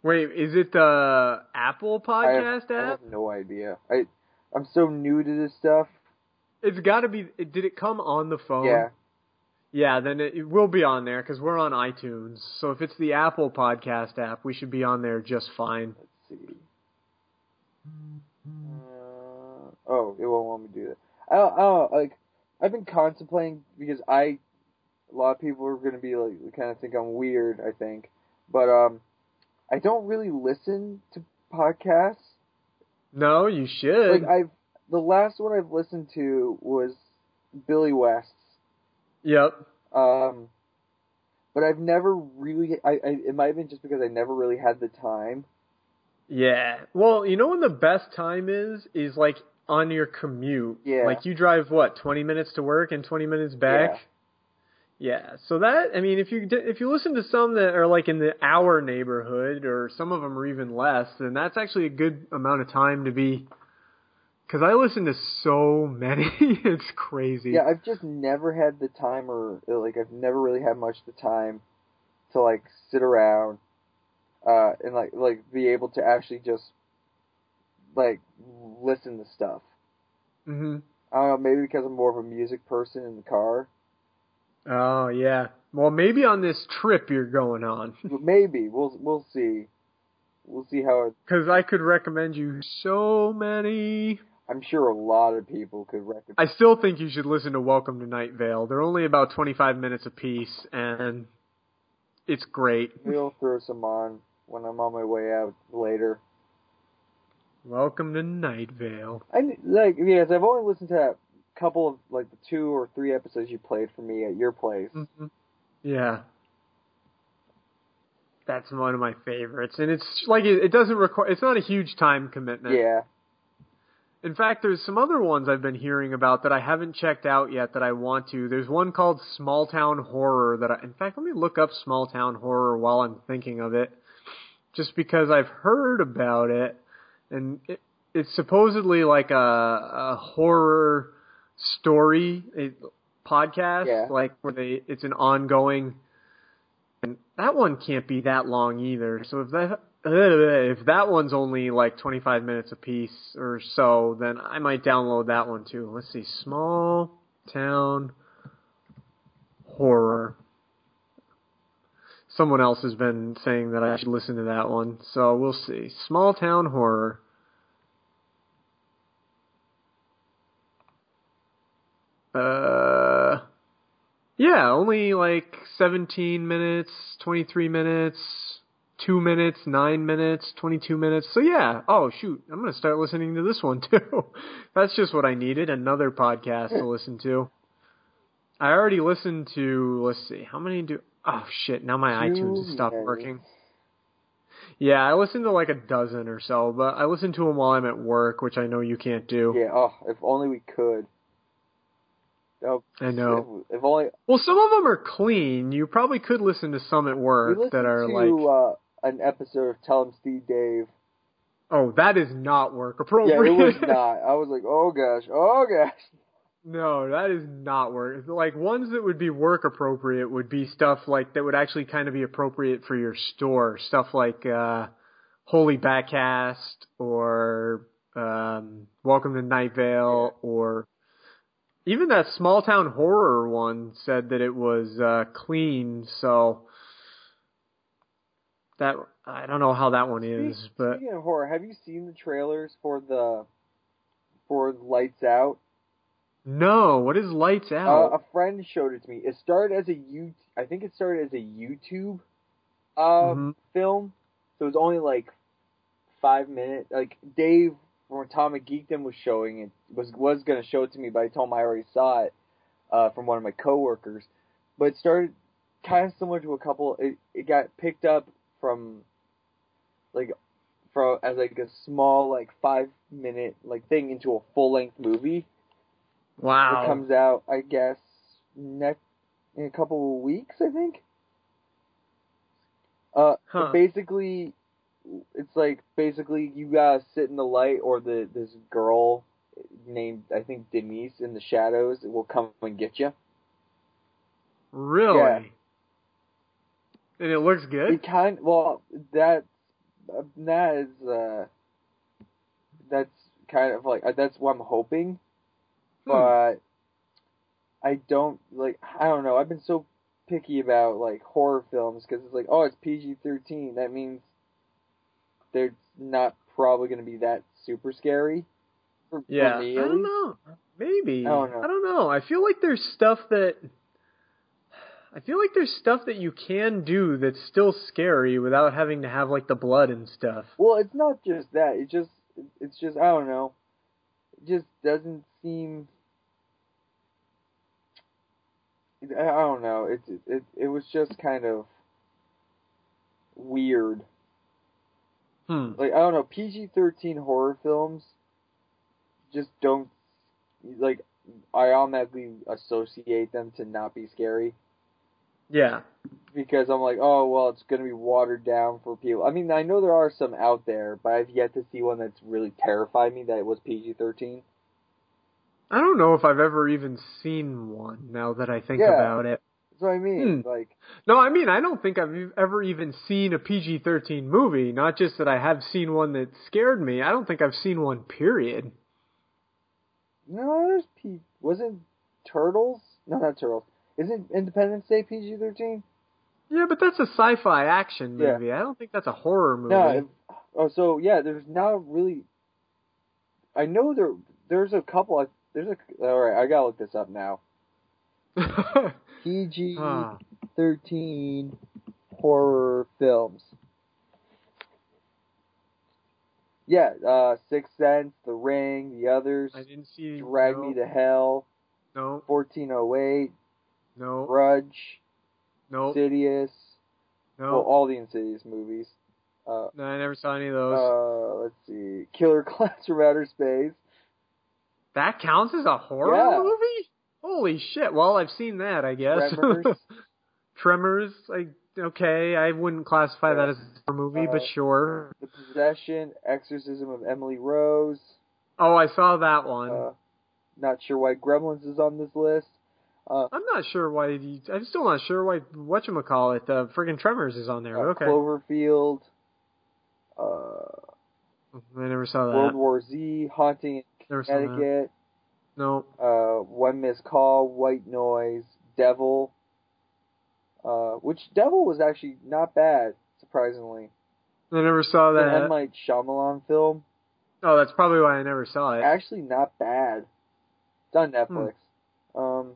A: Wait, is it the Apple
I: I have,
A: podcast
I: I
A: app?
I: have no idea. I, I'm so new to this stuff.
A: It's got to be. Did it come on the phone?
I: Yeah.
A: Yeah, then it, it will be on there because we're on iTunes. So if it's the Apple Podcast app, we should be on there just fine.
I: Let's see. Uh, oh, it won't let me do that. I don't, I don't know, like. I've been contemplating because I, a lot of people are going to be like, kind of think I'm weird. I think, but um, I don't really listen to podcasts.
A: No, you should.
I: Like I've the last one I've listened to was Billy West's.
A: yep.
I: Um, but I've never really. I, I it might have been just because I never really had the time.
A: Yeah. Well, you know when the best time is is like on your commute.
I: Yeah.
A: Like you drive what twenty minutes to work and twenty minutes back. Yeah. So that I mean, if you di- if you listen to some that are like in the hour neighborhood, or some of them are even less, then that's actually a good amount of time to be. Because I listen to so many, it's crazy.
I: Yeah, I've just never had the time, or uh, like I've never really had much the time to like sit around uh, and like like be able to actually just like listen to stuff.
A: hmm
I: I don't know, maybe because I'm more of a music person in the car,
A: Oh yeah. Well, maybe on this trip you're going on,
I: but maybe we'll we'll see, we'll see how. It,
A: because I could recommend you so many.
I: I'm sure a lot of people could recommend.
A: I still think you should listen to Welcome to Night Vale. They're only about 25 minutes apiece, and it's great.
I: We'll throw some on when I'm on my way out later.
A: Welcome to Night Vale.
I: I like yes, I've only listened to that couple of like the two or three episodes you played for me at your place.
A: hmm Yeah. That's one of my favorites, and it's like it, it doesn't require. It's not a huge time commitment.
I: Yeah.
A: In fact, there's some other ones I've been hearing about that I haven't checked out yet that I want to. There's one called Small Town Horror that I, in fact, let me look up Small Town Horror while I'm thinking of it, just because I've heard about it, and it, it's supposedly like a, a horror story it, podcast,
I: Yeah.
A: like where they it's an ongoing. And that one can't be that long either. So if that if that one's only like 25 minutes a piece or so, then I might download that one too. Let's see, small town horror. Someone else has been saying that I should listen to that one, so we'll see. Small town horror. Uh, yeah, only like 17 minutes, 23 minutes, 2 minutes, 9 minutes, 22 minutes. So yeah, oh shoot, I'm going to start listening to this one too. That's just what I needed, another podcast to listen to. I already listened to, let's see, how many do, oh shit, now my
I: Too
A: iTunes has stopped
I: many.
A: working. Yeah, I listened to like a dozen or so, but I listen to them while I'm at work, which I know you can't do.
I: Yeah, oh, if only we could. Oh,
A: I know.
I: If, if only
A: Well, some of them are clean. You probably could listen to some at
I: we
A: work
I: listened
A: that are
I: to
A: like,
I: uh, an episode of Tell Him Steve Dave.
A: oh, that is not work
I: Yeah,
A: appropriate.
I: it was not. I was like, oh gosh, oh gosh.
A: no, that is not work. Like ones that would be work appropriate would be stuff like that would actually kind of be appropriate for your store. Stuff like uh, Holy Backcast or um, Welcome to Night Vale or even that small town horror one said that it was uh, clean. So that I don't know how that one is, but
I: Speaking of horror, have you seen the trailers for the for Lights Out?
A: no. What is lights out?
I: Uh, a friend showed it to me. It started as a you. I think it started as a YouTube uh,
A: Mhm.
I: film, so it was only like five minutes. Like Dave from Atomic Geekdom was showing it was was gonna show it to me, but I told him I already saw it uh, from one of my coworkers. But it started kind of similar to a couple. It it got picked up from like from as like a small like five minute like thing into a full length movie.
A: wow.
I: It comes out, I guess, next in a couple of weeks, I think. Uh, but
A: Huh.
I: basically, it's like basically you gotta sit in the light, or the this girl named I think Denise in the shadows will come and get you.
A: Really?
I: Yeah.
A: And it looks good?
I: It kind well that that is uh that's kind of like uh, that's what I'm hoping,
A: Hmm.
I: but I don't like I don't know. I've been so picky about like horror films because it's like oh it's PG-13 that means they're not probably going to be that super scary for, for
A: yeah.
I: me
A: I
I: at
A: don't
I: least.
A: know. Maybe.
I: I don't know.
A: I don't know. I feel like there's stuff that I feel like there's stuff that you can do that's still scary without having to have like the blood and stuff.
I: Well, it's not just that. It just it's just I don't know. It just doesn't seem. I I don't know. It it it was just kind of weird.
A: Hmm.
I: Like I don't know. PG thirteen horror films just don't like. I automatically associate them to not be scary
A: Yeah.
I: because I'm like, oh well, it's gonna be watered down for people. I mean, I know there are some out there, but I've yet to see one that's really terrified me that it was PG-13.
A: I don't know if I've ever even seen one now that I think
I: Yeah.
A: about it.
I: That's what I mean.
A: Hmm.
I: Like,
A: No, I mean, I don't think I've e- ever even seen a PG 13 movie. Not just that I have seen one that scared me, I don't think I've seen one, period.
I: no, there's P. Wasn't Turtles? No, not Turtles. Isn't Independence Day PG-13?
A: Yeah, but that's a sci-fi action
I: Yeah.
A: movie. I don't think that's a horror movie.
I: No. it- oh, so yeah, there's not really. I know there. There's a couple. I- There's a. All right, I gotta look this up now.
A: Ah,
I: PG-13 horror films. Yeah, uh, Sixth Sense, The Ring, The Others,
A: I didn't see.
I: Drag
A: no,
I: Me to Hell,
A: No,
I: 1408,
A: no,
I: Grudge,
A: no,
I: Insidious,
A: no.
I: well, all the Insidious movies. Uh,
A: no. I never saw any of those.
I: uh, let's see, Killer Clowns from Outer Space.
A: that counts as a horror
I: yeah.
A: movie? Holy shit! Well, I've seen that, I guess.
I: Tremors.
A: Tremors. I okay, I wouldn't classify that as a movie, but
I: Uh,
A: sure.
I: The Possession, Exorcism of Emily Rose.
A: Oh, I saw that one.
I: Uh, not sure why Gremlins is on this list.
A: I'm not sure why. You, I'm still not sure why. Whatchamacallit, uh, friggin' Tremors is on there.
I: Uh,
A: okay.
I: Cloverfield. Uh,
A: I never saw that.
I: World War Z, Haunting in
A: Never saw that.
I: Connecticut.
A: No.
I: uh, One Miss Call, White Noise, Devil, uh, which Devil was actually not bad, surprisingly.
A: I never saw
I: An
A: that.
I: M. Night Shyamalan film,
A: oh, that's probably why I never saw it.
I: actually not bad. It's
A: Hmm.
I: on Netflix. Um,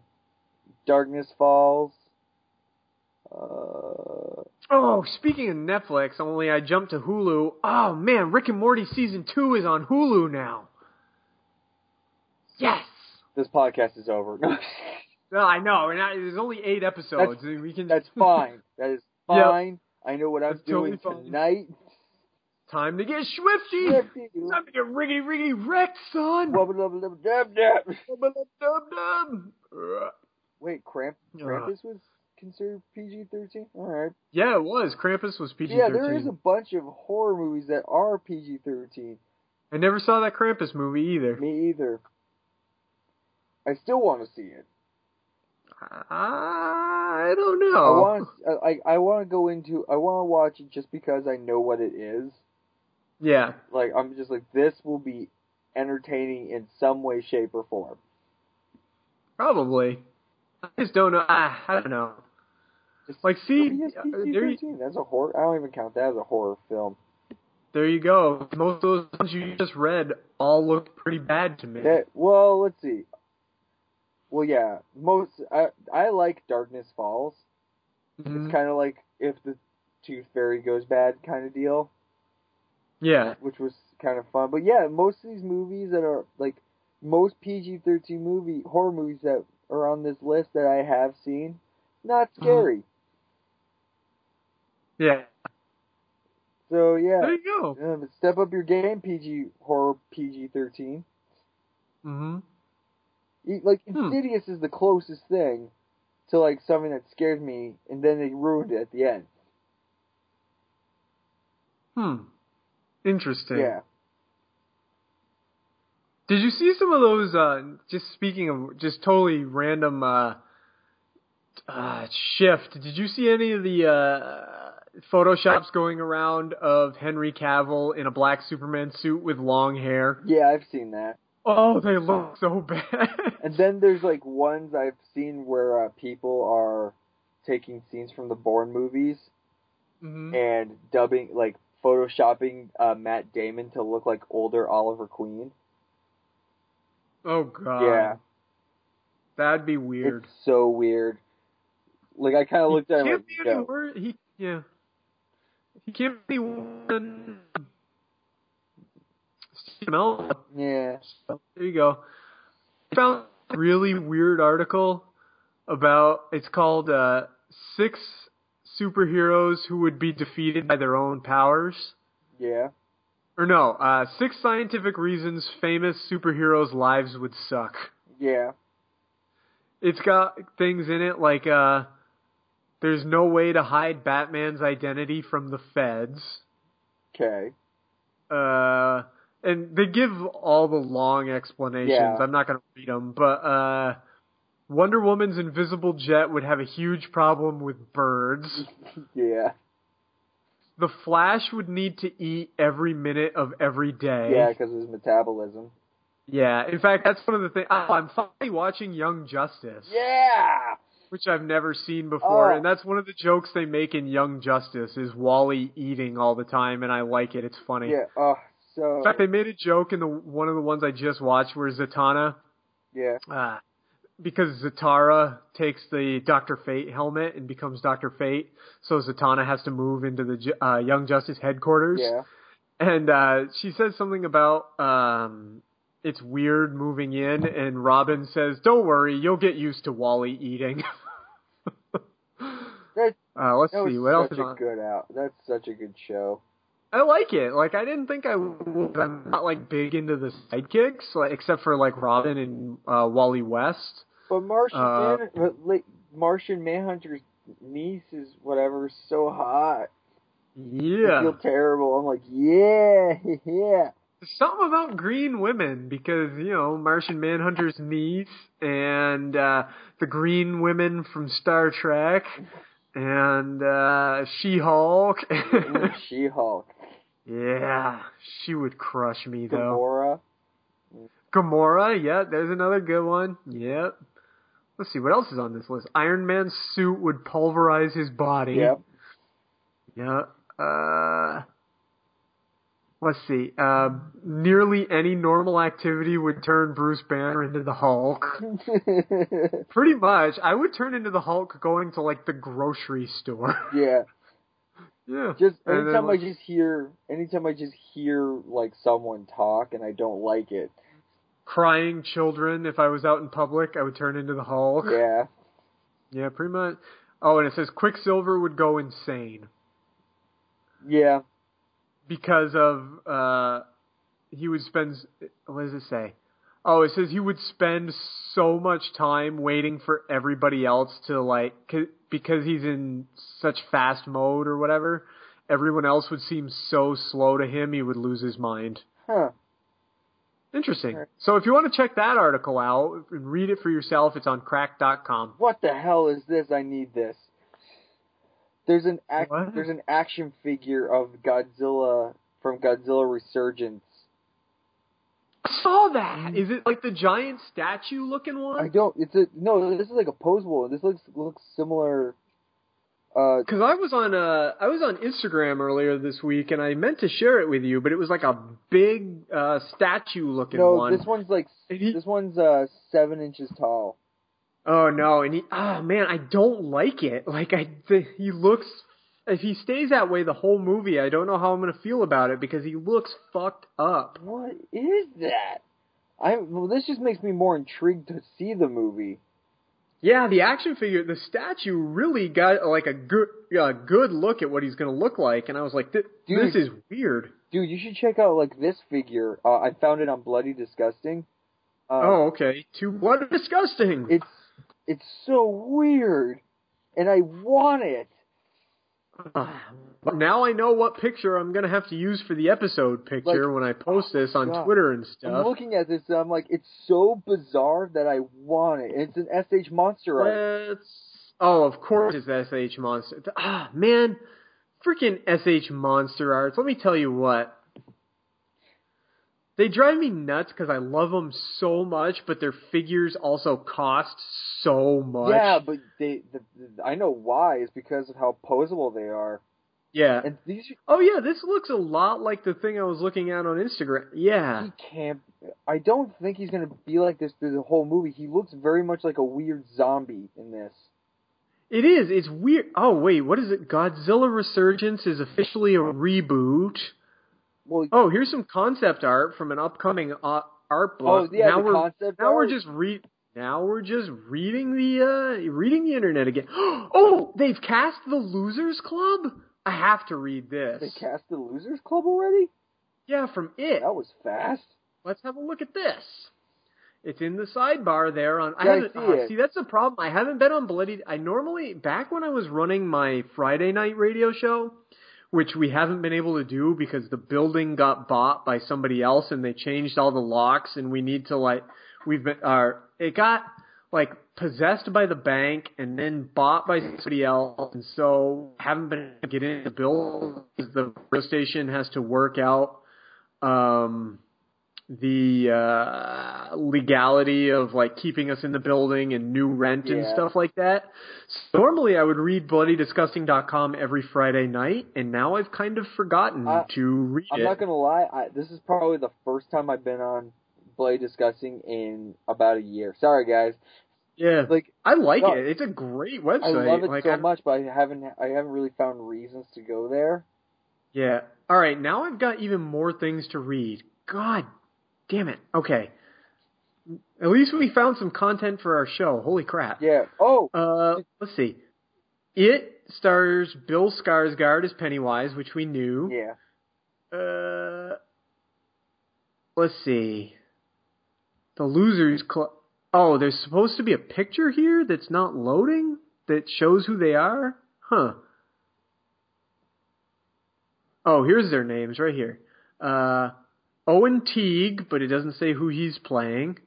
I: Darkness Falls. Uh,
A: Oh, speaking of Netflix, only I jumped to Hulu. Oh man, Rick and Morty season two is on Hulu now. Yes.
I: this podcast is over.
A: Well, I know. We're not, there's only eight episodes. we can.
I: That's fine. That is
A: Yep.
I: fine. I know what I'm
A: That's totally
I: doing
A: fine.
I: tonight.
A: Time to get swifty. Time to get riggedy riggedy wrecked, son. Dub, dub. Uh,
I: Wait, Cramp Krampus was considered PG thirteen. All right.
A: Yeah, it was. Krampus was PG-13.
I: Yeah, there is a bunch of horror movies that are PG thirteen.
A: I never saw that Krampus movie either.
I: Me either. I still want to see it.
A: I don't
I: I
A: know.
I: want to. I I want to go into. I want to watch it just because I know what it is.
A: Yeah,
I: Like I'm just like this will be entertaining in some way, shape, or form.
A: probably. I just don't know. I, I don't know.
I: Just
A: Like, see, uh, there you,
I: PG-13. That's a horror. I don't even count that as a horror film.
A: there you go. Most of those ones you just read all look pretty bad to me.
I: That well, let's see. Well, yeah, most I I like Darkness Falls.
A: Mhm.
I: It's kind of like if the Tooth Fairy goes bad kind of deal,
A: yeah,
I: which was kind of fun. But yeah, most of these movies that are like most PG-13 movie horror movies that are on this list that I have seen, not
A: Uh-huh.
I: scary.
A: yeah.
I: So yeah,
A: There you go.
I: um, step up your game, PG horror PG-13.
A: hmm
I: E- Like
A: Hmm.
I: Insidious is the closest thing to like something that scared me, and then they ruined it at the end.
A: Hmm. Interesting.
I: Yeah.
A: Did you see some of those? Uh, just speaking of just totally random uh, uh, shift. Did you see any of the uh, photoshops going around of Henry Cavill in a black Superman suit with long hair?
I: Yeah, I've seen that.
A: Oh, they look so bad.
I: And then there's like ones I've seen where uh, people are taking scenes from the Bourne movies
A: Mhm.
I: and dubbing, like photoshopping uh, Matt Damon to look like older Oliver Queen.
A: Oh god.
I: Yeah.
A: That'd be weird.
I: It's so weird. Like I kind of looked
A: he
I: at him.
A: can't
I: Like,
A: be any
I: no.
A: wor- He yeah. He can't be worse than Stephen Elwood.
I: Yeah.
A: So, there you go. I found a really weird article about it's called uh, six superheroes who would be defeated by their own powers.
I: Yeah.
A: Or no, uh, six scientific reasons famous superheroes' lives would suck.
I: Yeah.
A: It's got things in it like uh, there's no way to hide Batman's identity from the feds.
I: Okay.
A: uh, and they give all the long explanations.
I: Yeah.
A: I'm not going to read them, but uh, Wonder Woman's invisible jet would have a huge problem with birds.
I: Yeah.
A: The Flash would need to eat every minute of every day.
I: Yeah, because of his metabolism.
A: Yeah. In fact, that's one of the things. Oh, I'm finally watching Young Justice,
I: Yeah.
A: which I've never seen before,
I: Oh.
A: and that's one of the jokes they make in Young Justice is Wally eating all the time, and I like it. It's funny.
I: Yeah. Oh, so
A: In fact, they made a joke in the one of the ones I just watched where Zatanna
I: yeah.
A: uh, because Zatara takes the Doctor Fate helmet and becomes Doctor Fate, so Zatanna has to move into the Ju- uh, Young Justice headquarters.
I: Yeah.
A: And uh, she says something about um, it's weird moving in, and Robin says, "Don't worry, you'll get used to Wally eating."
I: That,
A: Uh, let's
I: that was
A: see what else
I: such
A: is
I: a
A: on.
I: good out. That's such a good show.
A: I like it. Like I didn't think I would. I'm not like big into the sidekicks, like except for like Robin and uh, Wally West.
I: But Martian
A: Uh,
I: Man, but like Martian Manhunter's niece is whatever so hot. I
A: Yeah.
I: feel terrible. I'm like, yeah, yeah.
A: Something about green women because, you know, Martian Manhunter's niece and uh the green women from Star Trek and uh She-Hulk.
I: She Hulk,
A: yeah. She would crush me though.
I: Gamora.
A: Gamora, yeah, there's another good one. Yep. Let's see what else is on this list. Iron Man's suit would pulverize his body.
I: Yep.
A: Yeah. Uh, let's see. Uh, nearly any normal activity would turn Bruce Banner into the Hulk. Pretty much, I would turn into the Hulk going to like the grocery store.
I: yeah.
A: yeah.
I: Just
A: And then,
I: anytime I
A: like-
I: just hear, anytime I just hear like someone talk and I don't like it.
A: Crying children. If I was out in public, I would turn into the Hulk.
I: Yeah.
A: Yeah, pretty much. Oh, and it says Quicksilver would go insane
I: Yeah.
A: because of uh, he would spend. What does it say? Oh, it says he would spend so much time waiting for everybody else to like c- because he's in such fast mode or whatever. Everyone else would seem so slow to him, he would lose his mind.
I: Huh.
A: Interesting. So if you want to check that article out and read it for yourself, it's on crack.com.
I: What the hell is this? I need this. There's an ac-
A: What?
I: there's an action figure of Godzilla from Godzilla Resurgence.
A: I saw that. Is it like the giant statue looking
I: I
A: one?
I: don't. It's a no. This is like a posable. This looks looks similar. Uh,
A: Because I was on uh, I was on Instagram earlier this week and I meant to share it with you, but it was like a big uh, statue looking
I: no,
A: one.
I: this one's like
A: And he-
I: this one's uh seven inches tall.
A: Oh no, and he oh man, I don't like it. Like I th- he looks if he stays that way the whole movie, I don't know how I'm going to feel about it because he looks fucked up.
I: What is that? I well, this just makes me more intrigued to see the movie.
A: Yeah, the action figure, the statue really got like a good a good look at what he's going to look like and I was like "Th-
I: Dude.
A: this is weird.
I: Dude, you should check out like this figure. Uh, I found it on Bloody Disgusting. Uh,
A: Oh, okay. Too what disgusting.
I: It's it's so weird, and I want it.
A: But now I know what picture I'm gonna have to use for the episode picture
I: Like- oh,
A: when I post this on
I: God.
A: Twitter and
I: I'm
A: stuff.
I: looking at this, and I'm like, it's so bizarre that I want it. It's an SH Monster.
A: Let's. Oh, of course it's SH Monster. Ah, man, freaking SH Monster Arts. Let me tell you what. They drive me nuts because I love them so much, but their figures also cost so much.
I: Yeah, but they, the, the, I know why. It's because of how posable they are.
A: Yeah.
I: And these,
A: Oh yeah, this looks a lot like the thing I was looking at on Instagram. Yeah.
I: he can't. I don't think he's gonna be like this through the whole movie. He looks very much like a weird zombie in this.
A: It is. It's weird. Oh wait, what is it? Godzilla Resurgence is officially a reboot.
I: Well,
A: Oh, here's some concept art from an upcoming uh, art
I: Oh,
A: book.
I: yeah,
A: now
I: the
A: we're
I: concept
A: now we're
I: art.
A: just re now we're just reading the uh, reading the internet again. Oh, they've cast the Losers Club. I have to read
I: they
A: this.
I: cast the Losers Club already.
A: Yeah, from it.
I: That was fast.
A: Let's have a look at this. It's in the sidebar there on. I
I: Yeah, I
A: haven't
I: see
A: ah,
I: it.
A: see that's the problem. I haven't been on Bloody. I normally back when I was running my Friday night radio show, which we haven't been able to do because the building got bought by somebody else and they changed all the locks and we need to like we've been our it got like possessed by the bank and then bought by somebody else and so haven't been able to get into the bill the radio station has to work out um the uh legality of like keeping us in the building and new rent and
I: Yeah.
A: stuff like that. So normally I would read bloodydisgusting.com every Friday night and now I've kind of forgotten
I: I-
A: to read
I: I'm
A: it.
I: not gonna lie. I, this is probably the first time I've been on Blade discussing in about a year. Sorry, guys.
A: yeah.
I: Like
A: I like
I: no.
A: it. It's a great
I: I
A: website.
I: love it
A: Like,
I: so
A: I-
I: much, but I haven't I haven't really found reasons to go there.
A: Yeah. All right. Now I've got even more things to read. God damn it. Okay. At least we found some content for our show. Holy crap.
I: Yeah. Oh,
A: Uh, let's see. It stars Bill Skarsgård as Pennywise, which we knew.
I: yeah.
A: Uh, let's see. The Losers Club. Oh, there's supposed to be a picture here that's not loading. that shows who they are? Huh. Oh, here's their names right here. Uh, Owen Teague, but it doesn't say who he's playing.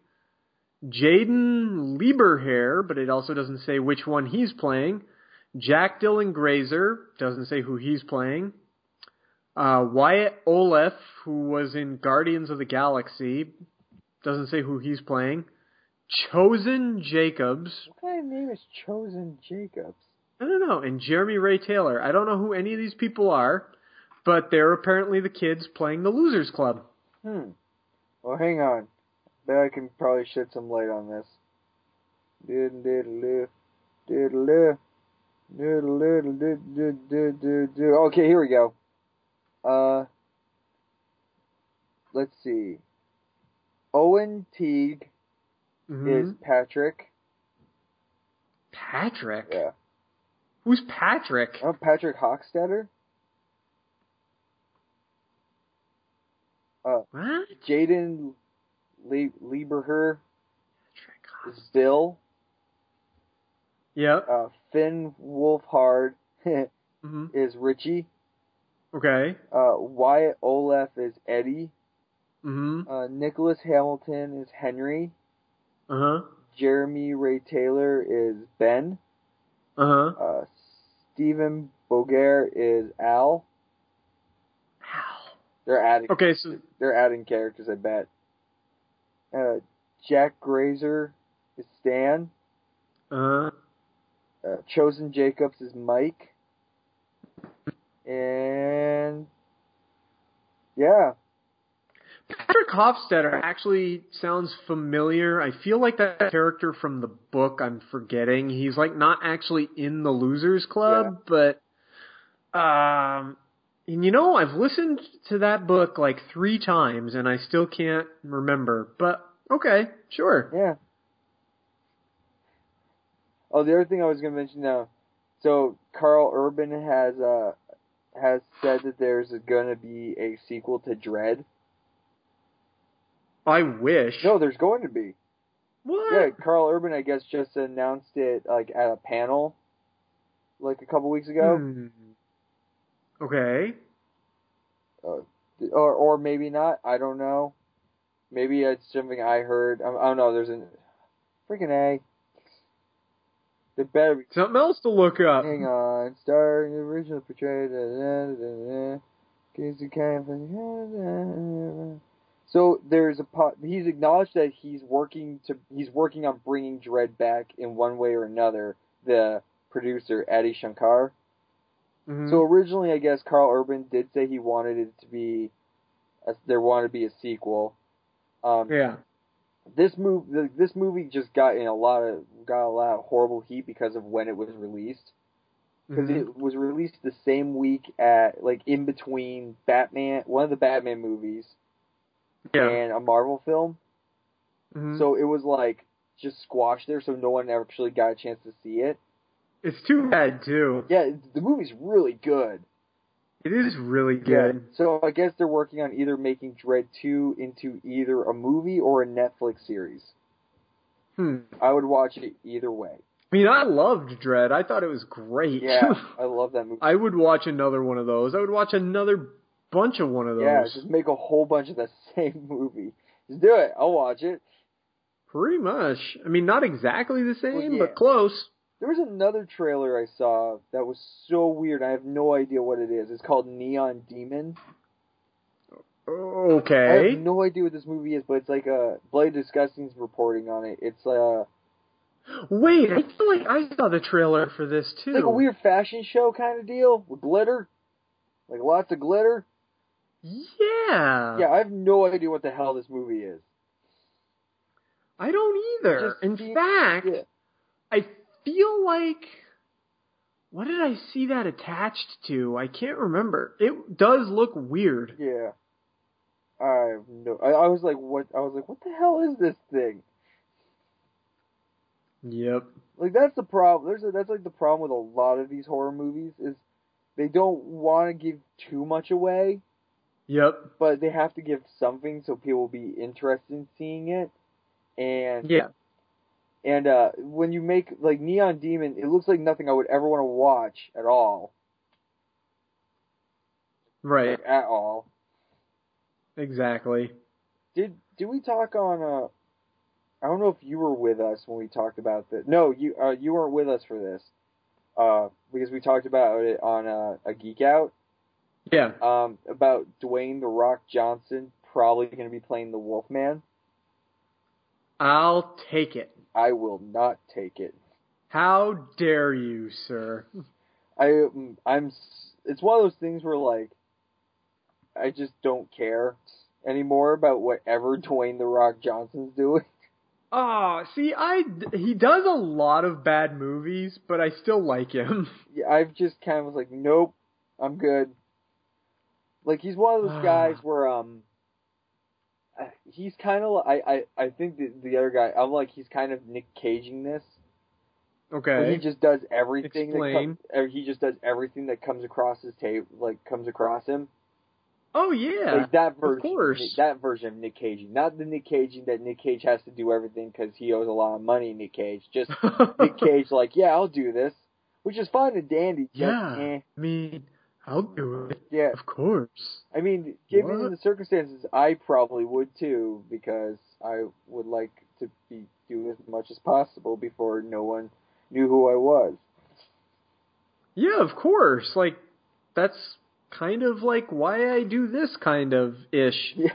A: Jaden Lieberhair, but it also doesn't say which one he's playing. Jack Dylan Grazer, doesn't say who he's playing. Uh, Wyatt Olef, who was in Guardians of the Galaxy, doesn't say who he's playing. Chosen Jacobs,
I: What kind of name is Chosen Jacobs?
A: I don't know, and Jeremy Ray Taylor. I don't know who any of these people are, but they're apparently the kids playing the Losers Club.
I: Hmm. Well, hang on. Bet I can probably shed some light on this. Diddle diddle diddle diddle diddle diddle diddle diddle diddle diddle. Okay, here we go. Uh, let's see. Owen Teague
A: Mhm.
I: is Patrick.
A: Patrick?
I: Yeah.
A: Who's Patrick?
I: Oh, Patrick Hochstetter.
A: What?
I: Jaden Le- Lieberher
A: Patrick
I: is
A: Hoss-
I: Bill.
A: Yep.
I: Uh, Finn Wolfhard
A: hmm
I: is Richie.
A: Okay.
I: Uh, Wyatt Olaf is Eddie.
A: hmm
I: Uh, Nicholas Hamilton is Henry.
A: Uh huh.
I: Jeremy Ray Taylor is Ben.
A: Uh huh.
I: Uh, Stephen Bogair is Al. They're adding.
A: Okay, so
I: They're adding characters. I bet. Uh, Jack Grazer is Stan.
A: uh
I: Uh, Chosen Jacobs is Mike. And yeah,
A: Patrick Hofstetter actually sounds familiar. I feel like that character from the book I'm forgetting. He's like not actually in the Losers Club, but um and you know, I've listened to that book like 3 times and I still can't remember. But okay, sure.
I: Yeah. Oh, the other thing I was gonna mention now. So Carl Urban has uh has said that there's gonna be a sequel to Dread.
A: I wish.
I: No, there's going to be.
A: what?
I: Yeah, Carl Urban I guess just announced it like at a panel, like a couple weeks ago,
A: Hmm. Okay.
I: or or maybe not. I don't know. Maybe it's something I heard. I, I don't know. There's an freaking a. There better be
A: Something else to look up.
I: Hang on. Starring the original portrayed. Da, da, da, da, da. Casey Campbell. So there's a po- he's acknowledged that he's working to he's working on bringing Dread back in one way or another. The producer Adi Shankar.
A: Mhm.
I: So originally, I guess Carl Urban did say he wanted it to be a, there wanted to be a sequel. Um,
A: yeah.
I: This movie this movie just got in a lot of got a lot of horrible heat because of when it was released because
A: Mhm.
I: it was released the same week at like in between Batman, one of the Batman movies,
A: yeah.
I: and a Marvel film.
A: Mhm.
I: So it was like just squashed there, so no one actually got a chance to see it.
A: it's too bad too.
I: Yeah, it- the movie's really good.
A: It is really good.
I: So I guess they're working on either making Dread Two into either a movie or a Netflix series.
A: Hmm.
I: I would watch it either way.
A: I mean, I loved Dread. I thought it was great.
I: Yeah, I love that movie.
A: I would watch another one of those. I would watch another bunch of one of those.
I: Yeah, just make a whole bunch of the same movie. Just do it. I'll watch it.
A: Pretty much. I mean, not exactly the same,
I: Well, yeah.
A: but close.
I: There was another trailer I saw that was so weird. I have no idea what it is. It's called Neon Demon. I
A: Okay.
I: have no idea what this movie is, but it's like a Blade Disgusting's reporting on it. It's uh,
A: Wait, I feel like I saw the trailer for this too.
I: like a weird fashion show kind of deal with glitter, like lots of glitter.
A: Yeah.
I: Yeah, I have no idea what the hell this movie is.
A: I don't either.
I: Just
A: In
I: see-
A: fact,
I: Yeah.
A: I feel like what did I see that attached to? I can't remember. It does look weird.
I: Yeah. I have no. I, I was like, what? I was like, what the hell is this thing?
A: Yep.
I: Like that's the problem. There's a, that's like the problem with a lot of these horror movies is they don't want to give too much away,
A: Yep.
I: but they have to give something so people will be interested in seeing it. And
A: Yeah.
I: And uh, when you make like Neon Demon, it looks like nothing I would ever want to watch at all,
A: Right.
I: like, at all.
A: Exactly.
I: Did did we talk on? Uh, I don't know if you were with us when we talked about this. No, you uh, you weren't with us for this, uh, because we talked about it on uh, a Geek Out
A: Yeah.
I: um, about Dwayne the Rock Johnson probably going to be playing the Wolfman.
A: I'll take it.
I: I will not take it.
A: How dare you, sir?
I: I mm, I'm s- it's one of those things where like I just don't care anymore about whatever Dwayne the Rock Johnson's doing.
A: Oh, see, I he does a lot of bad movies, but I still like him.
I: Yeah, I've just kind of was like, nope, I'm good. Like he's one of those guys where um uh, he's kind of I I I think the, the other guy I'm like he's kind of Nick Caging this. where He
A: Okay.
I: just does everything
A: Explain.
I: that comes, he just does everything that comes across his tape like comes across him.
A: Oh yeah.
I: Like that version,
A: course.
I: that version of Nick Cage, not the Nick Cage that Nick Cage has to do everything because he owes a lot of money. Nick Cage, just Nick Cage, like, yeah, I'll do this, which is fine and dandy. but,
A: yeah.
I: eh.
A: I mean, I'll do it.
I: yeah.
A: Of course.
I: I mean, given
A: What?
I: the circumstances, I probably would too because I would like to be doing as much as possible before no one knew who I was.
A: Yeah, of course. Like that's kind of like why I do this kind of ish.
I: Yeah.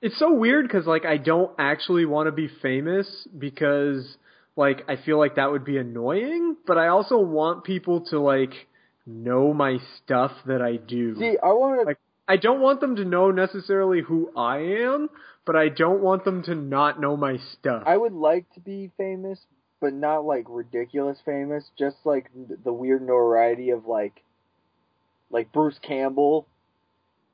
A: It's so weird cuz like I don't actually want to be famous because like I feel like that would be annoying, but I also want people to like know my stuff that I do.
I: See, I want to
A: Like, I don't want them to know necessarily who I am, but I don't want them to not know my stuff.
I: I would like to be famous, but not like ridiculous famous. Just like the weird notoriety of like, like Bruce Campbell.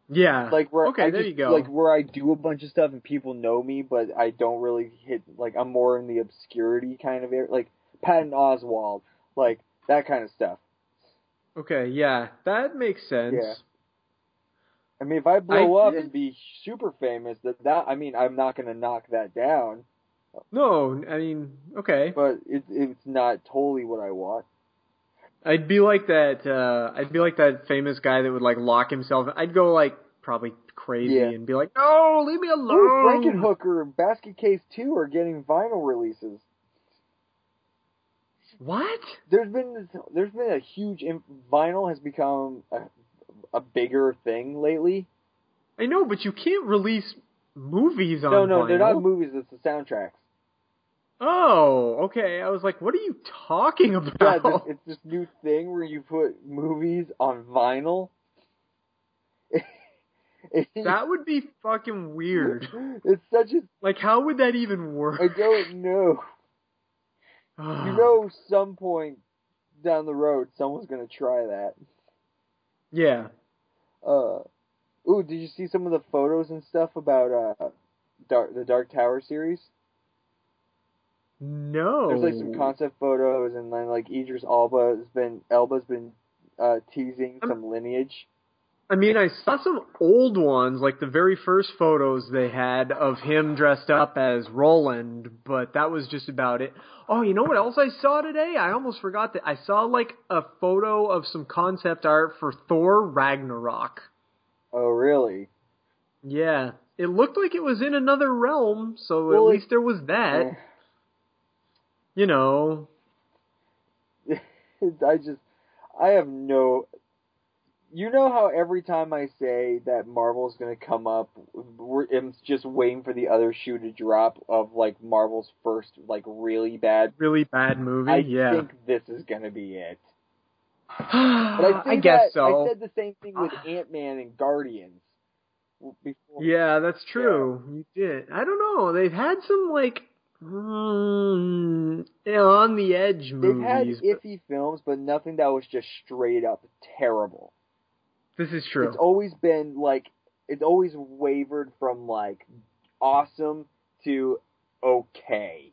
A: yeah.
I: Like where
A: Ah, okay,
I: I
A: there
I: just-
A: you go.
I: Like where I do a bunch of stuff and people know me, but I don't really hit. Like I'm more in the obscurity kind of area, like Patton Oswald, like that kind of stuff.
A: okay, yeah, that makes sense.
I: Yeah. I mean, if I blow
A: I
I: up
A: did-
I: and be super famous, that that I mean, I'm not gonna knock that down,
A: No, I mean, okay.
I: but it, it's not totally what I want.
A: I'd be like that. Uh, I'd be like that famous guy that would like lock himself. I'd go like probably crazy
I: Yeah.
A: and be like, "No, leave me alone."
I: Ooh, Frankenhooker and Basket Case 2 are getting vinyl releases.
A: What?
I: There's been this, there's been a huge in- vinyl has become a, a bigger thing lately.
A: I know, but you can't release movies on
I: No, no, they're
A: vinyl.
I: not movies. It's the soundtracks.
A: Oh, okay. I was like, "What are you talking about?"
I: Yeah, this, it's this new thing where you put movies on vinyl.
A: That would be fucking weird.
I: It's such a
A: Like, how would that even work?
I: I don't know. You know, some point down the road, someone's gonna try that.
A: Yeah.
I: Uh, ooh, did you see some of the photos and stuff about uh, Dark, the Dark Tower series?
A: No.
I: There's like some concept photos, and then like Idris Alba has been Elba's been uh, teasing
A: I'm-
I: some lineage.
A: I mean, I saw some old ones, like the very first photos they had of him dressed up as Roland, but that was just about it. Oh, you know what else I saw today? I almost forgot that I saw like a photo of some concept art for Thor Ragnarok.
I: Oh, really?
A: Yeah. It looked like it was in another realm, so at
I: Well, it-
A: least there was that. You know,
I: I just, I have no. You know how every time I say that Marvel's gonna come up, we're, I'm just waiting for the other shoe to drop of like Marvel's first like really bad.
A: really bad movie.
I: I
A: yeah.
I: think this is gonna be it. But I,
A: Uh, I,
I: say
A: guess
I: that-
A: so.
I: I said the same thing with Ant Man and Guardians. Before.
A: yeah, that's true. You did. I don't know. They've had some like mm, on the edge
I: They've had
A: movies. but
I: iffy films, but nothing that was just straight up terrible.
A: this is true.
I: It's always been like it's always wavered from like awesome to okay,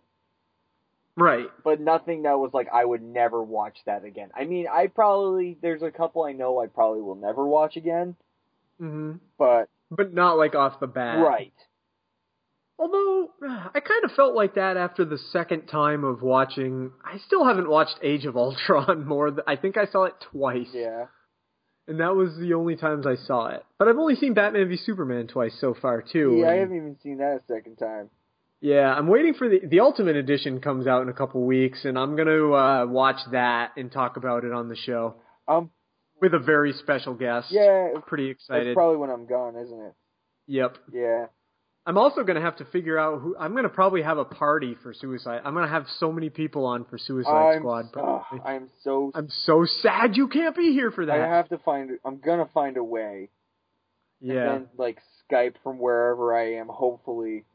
A: right.
I: but nothing that was like I would never watch that again. I mean, I probably there's a couple I know I probably will never watch again,
A: hmm
I: but
A: But not like off the bat.
I: right.
A: Although uh, I kind of felt like that after the second time of watching. I still haven't watched Age of Ultron more. Th- I think I saw it twice,
I: Yeah.
A: and that was the only times I saw it. But I've only seen Batman v Superman twice so far too.
I: Yeah, I
A: and-
I: haven't even seen that a second time.
A: yeah, I'm waiting for the the Ultimate Edition comes out in a couple weeks, and I'm gonna uh, watch that and talk about it on the show
I: Um,
A: with a very special guest.
I: yeah,
A: pretty
I: that's
A: excited.
I: probably when I'm gone, isn't it?
A: yep.
I: Yeah.
A: I'm also gonna have to figure out who. I'm gonna probably have a party for Suicide. I'm gonna have so many people on for Suicide
I: I'm,
A: Squad. Probably.
I: ugh, I'm so.
A: I'm so sad you can't be here for
I: I
A: that.
I: have to find. I'm gonna find a way.
A: yeah,
I: And then, like Skype from wherever I am. Hopefully,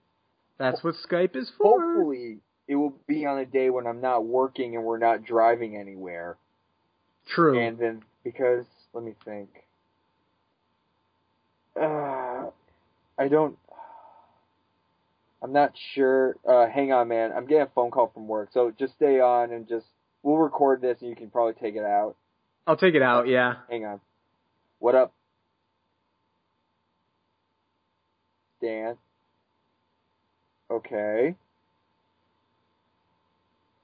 A: that's what Skype is for.
I: hopefully it will be on a day when I'm not working and we're not driving anywhere.
A: True.
I: And then because let me think. Uh, I don't. I'm not sure. Uh, hang on, man. I'm getting a phone call from work, so just stay on and just we'll record this, and you can probably take it out.
A: I'll take it out. Yeah.
I: Hang on. What up, Dan? Okay.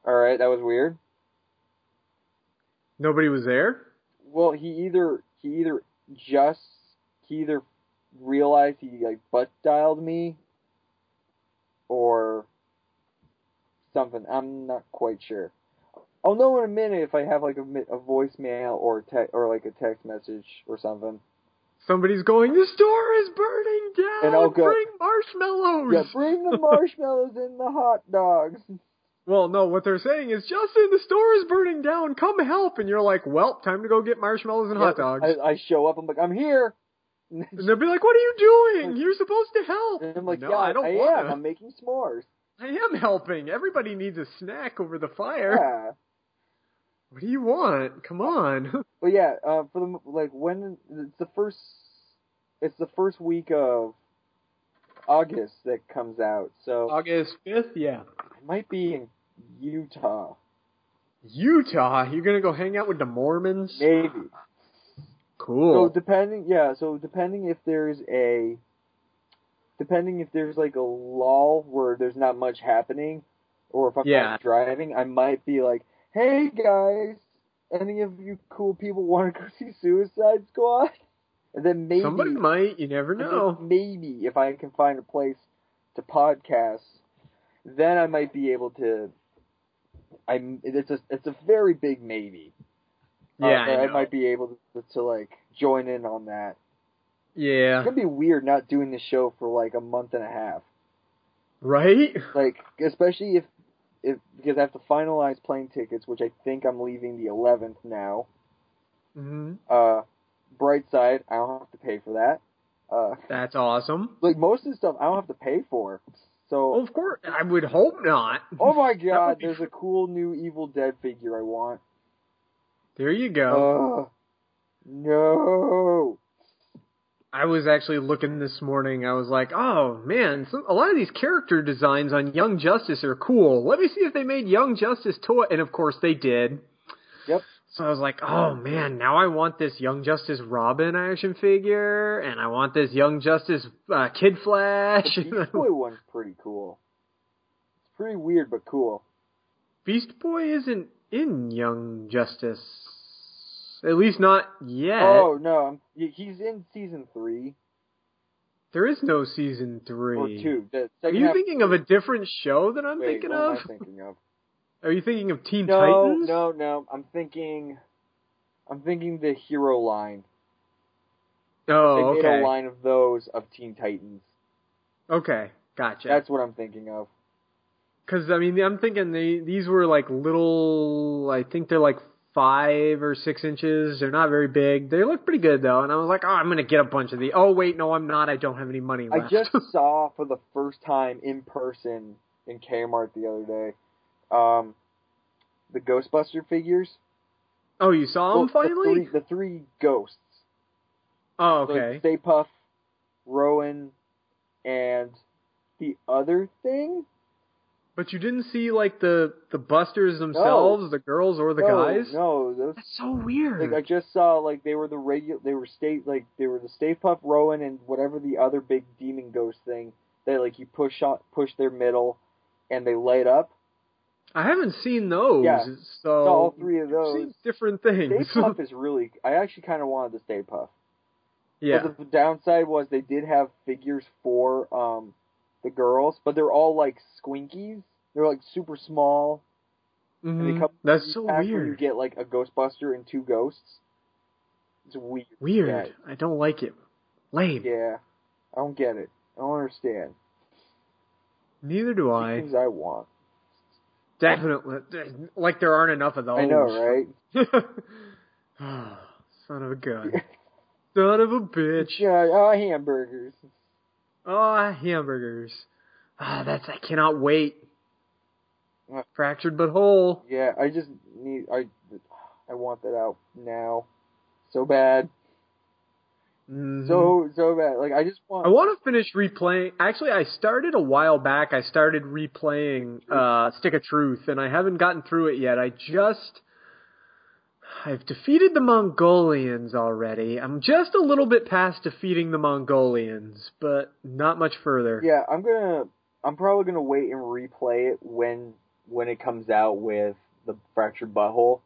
I: All right, that was weird.
A: Nobody was there.
I: Well, he either he either just he either realized he like butt dialed me or something. I'm not quite sure. I'll know in a minute if I have like a, mi- a voicemail or a te- or like a text message or something.
A: Somebody's going. The store is burning down.
I: And I'll go-
A: Bring marshmallows.
I: Yeah, bring the marshmallows and the hot dogs.
A: Well, no, what they're saying is, Justin, the store is burning down. Come help. And you're like, well, time to go get marshmallows and hot dogs.
I: I, I show up. I'm like, I'm here. And
A: and they'll be like, what are you doing? You're supposed to help.
I: I'm like,
A: no,
I: yeah,
A: I don't
I: I
A: want
I: am. I'm making s'mores.
A: I am helping. Everybody needs a snack over the fire.
I: Yeah.
A: What do you want? Come on.
I: But yeah, uh, for the like when it's the first, it's the first week of August that comes out, so
A: August 5th? Yeah.
I: I might be in Utah,
A: Utah. You're going to go hang out with the Mormons?
I: maybe. So
A: Cool.
I: depending, yeah, so depending if there's a, depending if there's like a lull where there's not much happening, or if I'm
A: Yeah.
I: not driving, I might be like, hey guys, any of you cool people want to go see Suicide Squad? And then maybe
A: Somebody might. You never
I: And
A: know.
I: then Maybe if I can find a place to podcast, then I might be able to. I'm. It's a. It's a very big maybe. Uh,
A: yeah.
I: that
A: I
I: I,
A: know.
I: might be able to, to like join in on that. It's
A: Yeah.
I: gonna be weird not doing the show for like a month and a half.
A: Right?
I: Like especially if, if because I have to finalize plane tickets, which I think I'm leaving the 11th now.
A: hmm
I: Uh, bright side, I don't have to pay for that. Uh,
A: That's awesome.
I: like most of the stuff, I don't have to pay for. So
A: Of course. I would hope not.
I: Oh my
A: would
I: god,
A: be
I: there's a cool new Evil Dead figure I want.
A: There you go.
I: Ugh. No.
A: I was actually looking this morning. I was like, "Oh man, some, a lot of these character designs on Young Justice are cool. Let me see if they made Young Justice toy." And of course, they did.
I: Yep.
A: So I was like, "Oh man, now I want this Young Justice Robin action figure, and I want this Young Justice uh, Kid Flash."
I: The Beast Boy one's pretty cool. It's pretty weird but cool.
A: Beast Boy isn't in Young Justice, at least not yet.
I: Oh no, I'm, he- he's in season three
A: There is no season three.
I: or two. The
A: Are
I: second
A: you
I: half-
A: thinking of a different show that I'm
I: wait,
A: thinking
I: what
A: of?
I: Am I thinking of?
A: Are you thinking of Teen
I: No,
A: Titans?
I: no, no. I'm thinking. I'm thinking the hero line. they
A: Oh,
I: made a
A: okay.
I: line of those of Teen Titans.
A: Okay, gotcha.
I: That's what I'm thinking of.
A: Because I mean, I'm thinking they these were like little. I think they're like five or six inches. They're not very big. They look pretty good though. And I was like, oh, I'm gonna get a bunch of the. Oh wait, no, I'm not. I don't have any money
I: I
A: left.
I: just saw for the first time in person in Kmart the other day, um, the Ghostbuster figures.
A: oh, you saw
I: Well,
A: them finally?
I: the three, the three ghosts.
A: oh,
I: So it's
A: okay.
I: Stay Puff, Rowan, and the other thing.
A: But you didn't see like the the Busters themselves, the girls or the
I: no,
A: guys?
I: No, those.
A: That's so weird.
I: Like I just saw, like they were the regular, they were state, like they were the Stay Puff, Rowan, and whatever the other big demon ghost thing They like you push on, push their middle, and they light up.
A: I haven't seen those.
I: Yeah.
A: So
I: all three of
A: I've
I: those.
A: seen different things.
I: Stay Puff is really. I actually kind of wanted the Stay Puff.
A: yeah.
I: But the downside was they did have figures for um the girls, but they're all like squinkies. They're like super small. And
A: Mhm.
I: they come
A: That's so
I: pack Where you
A: weird.
I: get like a Ghostbuster and two ghosts. It's weird.
A: Weird. I don't like it. Lame.
I: Yeah, I don't get it. I don't understand.
A: Neither do I.
I: Things I want.
A: Definitely. Like there aren't enough of those.
I: I know, right?
A: Ah, Son of a gun. Son of a bitch.
I: Yeah, oh, hamburgers.
A: Ah, hamburgers. Ah, that's I cannot wait. Fractured but whole.
I: Yeah, I just need. I I want that out now, so bad,
A: Mhm.
I: so so bad. Like I just want.
A: I want to finish replaying. Actually, I started a while back. I started replaying uh, Stick of Truth, and I haven't gotten through it yet. I just I've defeated the Mongolians already. I'm just a little bit past defeating the Mongolians, but not much further.
I: Yeah, I'm gonna. I'm probably gonna wait and replay it when when it comes out with the fractured butthole.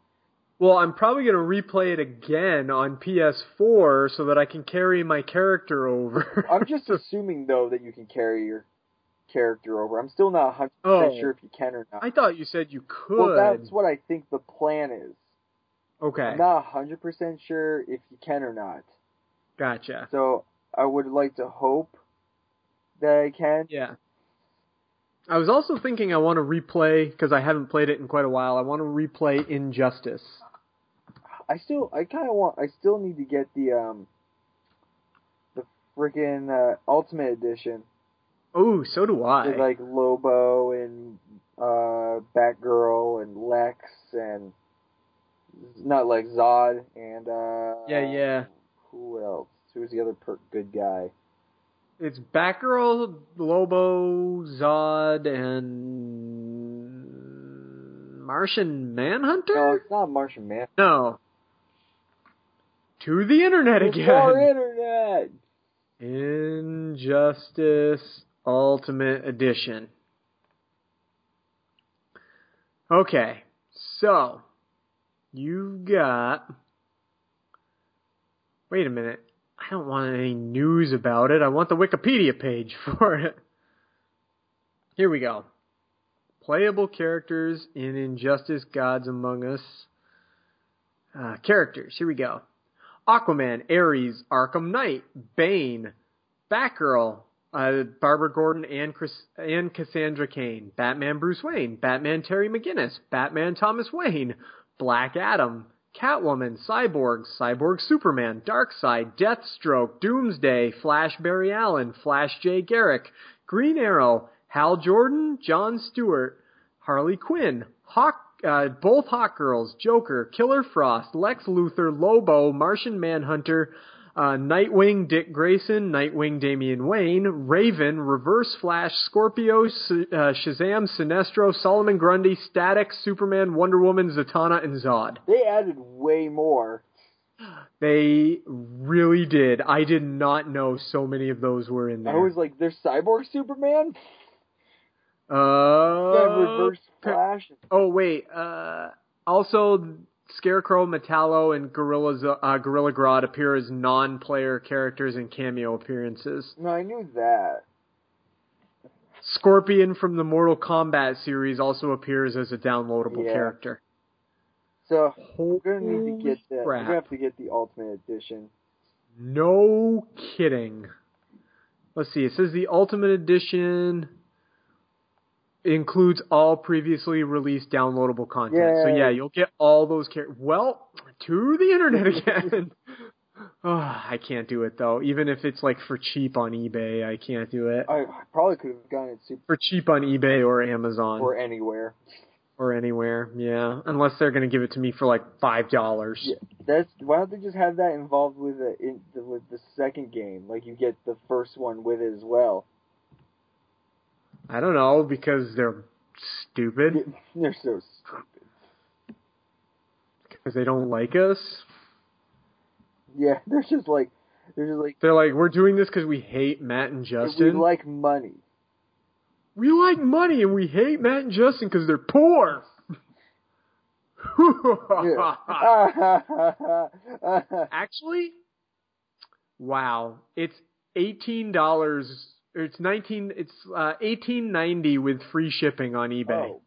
A: Well, I'm probably going to replay it again on PS4 so that I can carry my character over.
I: I'm just assuming though that you can carry your character over. I'm still not 100
A: Oh.
I: percent sure if you can or not.
A: I thought you said you could.
I: well, that's what I think the plan is.
A: okay,
I: I'm not 100 percent sure if you can or not.
A: gotcha.
I: So I would like to hope that I can.
A: Yeah. I was also thinking I want to replay because I haven't played it in quite a while. I want to replay Injustice.
I: I still, I kind of want, I still need to get the um, the freaking uh, Ultimate Edition
A: Oh, so do I.
I: with like Lobo and uh, Batgirl and Lex and not like Zod and uh,
A: yeah, yeah.
I: Who else? Who's the other per- good guy?
A: It's Batgirl, Lobo, Zod, and Martian
I: No,
A: Manhunter.
I: it's not Martian Man.
A: No. To the internet
I: It's our
A: again.
I: internet.
A: Injustice Ultimate Edition. Okay, so you've got. Wait a minute. I don't want any news about it. I want the Wikipedia page for it. Here we go. Playable characters in Injustice Gods Among Us. Uh, characters. Here we go. Aquaman, Ares, Arkham Knight, Bane, Batgirl, uh, Barbara Gordon, and Chris and Cassandra Kane, Batman, Bruce Wayne, Batman, Terry McGinnis, Batman, Thomas Wayne, Black Adam, Catwoman, Cyborg, Cyborg, Superman, Darkseid, Deathstroke, Doomsday, Flash, Barry Allen, Flash, Jay Garrick, Green Arrow, Hal Jordan, John Stewart, Harley Quinn, Hawk, uh, both Hawk Girls, Joker, Killer Frost, Lex Luthor, Lobo, Martian Manhunter, uh, Nightwing, Dick Grayson, Nightwing, Damian Wayne, Raven, Reverse Flash, Scorpio, S- uh, Shazam, Sinestro, Solomon Grundy, Static, Superman, Wonder Woman, Zatanna, and Zod.
I: They added way more.
A: They really did. I did not know so many of those were in there.
I: I was like, there's Cyborg Superman?
A: uh,
I: Yeah, Reverse Flash?
A: Oh wait, uh, also Scarecrow, Metallo, and Gorilla Zo- uh, Gorilla Grodd appear as non-player characters in cameo appearances.
I: No, I knew that.
A: Scorpion from the Mortal Kombat series also appears as a downloadable
I: Yeah.
A: character.
I: So, we're going to need to get that. We're
A: crap.
I: going to have to get the Ultimate Edition.
A: No kidding. Let's see. It says the Ultimate Edition includes all previously released downloadable content. So
I: Yay.
A: yeah, you'll get all those characters. Well, to the internet again. oh, I can't do it though. Even if it's like for cheap on eBay, I can't do it.
I: I I probably could have gotten it super
A: For cheap on eBay or Amazon
I: or anywhere.
A: or anywhere. Yeah, unless they're gonna give it to me for like five dollars.
I: Yeah. That's why don't they just have that involved with the in, the, with the second game? Like you get the first one with it as well.
A: I don't know because they're stupid.
I: They're so stupid.
A: because they don't like us.
I: Yeah, they're just like they're just like
A: They're like, we're doing this because we hate Matt and
I: we
A: Justin.
I: like money.
A: we like money and we hate Matt and Justin because they're poor. Actually, wow, it's eighteen dollars. or It's nineteen. It's uh, eighteen ninety with free shipping on eBay
I: Oh.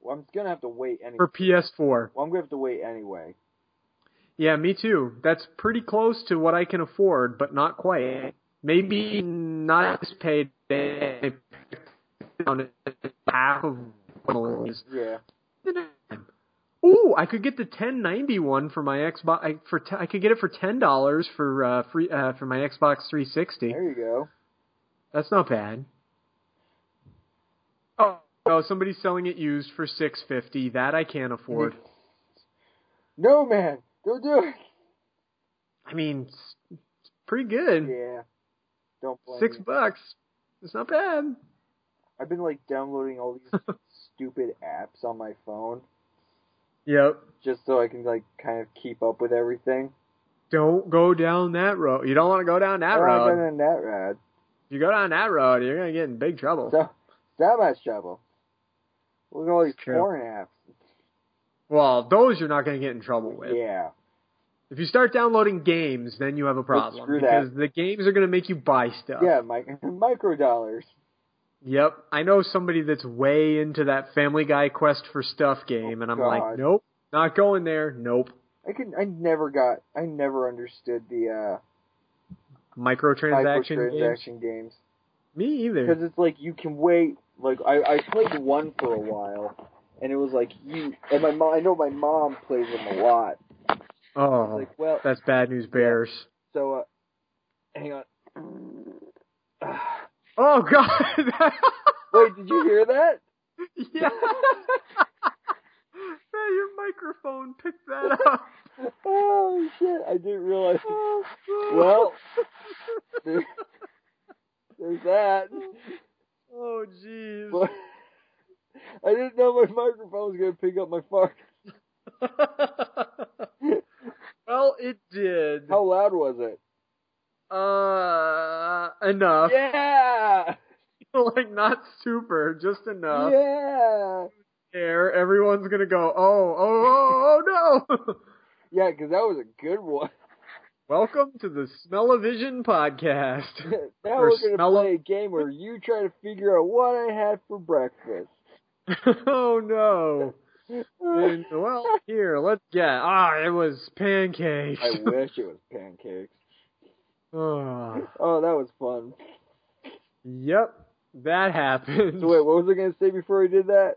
I: Well, I'm gonna have to wait anyway.
A: for PS4.
I: Well, I'm gonna have to wait anyway.
A: Yeah, me too. That's pretty close to what I can afford, but not quite. Maybe not as paid down half of what it is.
I: Yeah.
A: Ooh, I could get the 1090 one for my Xbox. I, for t- I could get it for ten dollars for uh, free uh, for my Xbox 360.
I: There you go.
A: That's not bad. Oh, oh, somebody's selling it used for 650. That I can't afford.
I: No, man. Don't do it.
A: I mean, it's, it's pretty good.
I: Yeah. Don't blame
A: Six
I: me.
A: bucks. It's not bad.
I: I've been like downloading all these stupid apps on my phone
A: Yep.
I: just so I can like kind of keep up with everything.
A: Don't go down that road. You don't want to go down that
I: Oh, I've been
A: road.
I: in that rad.
A: You go down that road, you're gonna get in big trouble.
I: So that much trouble. Look at all these
A: True.
I: porn apps.
A: well, those you're not gonna get in trouble with.
I: Yeah.
A: If you start downloading games, then you have a problem
I: screw that.
A: because the games are going to make you buy stuff.
I: Yeah, mic- micro dollars.
A: Yep. I know somebody that's way into that Family Guy quest for stuff game,
I: Oh,
A: and I'm
I: God.
A: like, nope, not going there. Nope.
I: I can I never got I never understood the uh
A: Microtransaction games.
I: microtransaction games.
A: Me either.
I: because it's like you can wait. Like I, I played one for a while, and it was like you and my mom. I know my mom plays them a lot.
A: Oh,
I: Like well,
A: that's bad news bears.
I: so uh, hang on.
A: Oh God.
I: Wait, did you hear that?
A: yeah. Yeah, Your microphone picked that up.
I: Oh shit! I didn't realize.
A: Oh, God.
I: Well, there- there's that.
A: oh, jeez.
I: But I didn't know my microphone was gonna pick up my fart.
A: well, it did.
I: How loud was it?
A: Uh, enough.
I: Yeah.
A: like not super, just enough.
I: Yeah.
A: Air. Everyone's gonna go. Oh, oh, oh, oh no!
I: Yeah, because that was a good one.
A: Welcome to the Smell-O-Vision podcast.
I: now
A: Or
I: we're gonna
A: smell
I: play a game where you try to figure out what I had for breakfast.
A: oh no! And, well, here, let's get. Ah, it was pancakes.
I: I wish it was pancakes.
A: Oh,
I: Oh, that was fun.
A: yep, that happened.
I: So wait, what was I gonna say before we did that?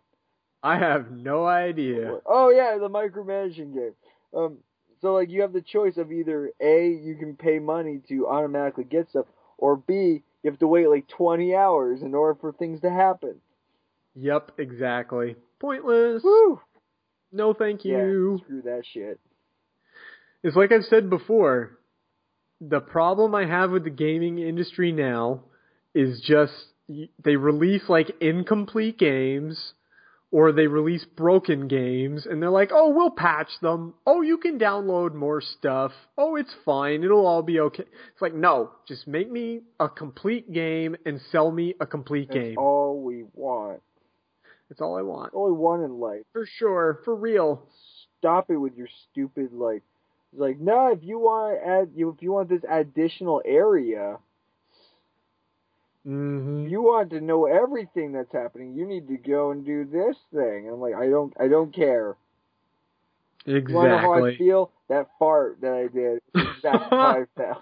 A: I have no idea.
I: Oh yeah, the micromanaging game. Um, so like you have the choice of either a you can pay money to automatically get stuff, or b you have to wait like 20 hours in order for things to happen.
A: Yep, exactly. Pointless.
I: Woo!
A: No, thank you.
I: Yeah, screw that shit.
A: It's like I've said before, the problem I have with the gaming industry now is just y- they release like incomplete games or they release broken games and they're like, "Oh, we'll patch them. Oh, you can download more stuff. Oh, it's fine. It'll all be okay." It's like, "No, just make me a complete game and sell me a complete
I: That's
A: game.
I: all we want.
A: That's all I want."
I: Only one in life.
A: For sure, for real.
I: stop it with your stupid like it's like no if you want to add you if you want this additional area
A: Mhm.
I: you want to know everything that's happening you need to go and do this thing and i'm like i don't i don't care you want to know how i
A: Exactly.
I: feel that fart that i did is exactly how i felt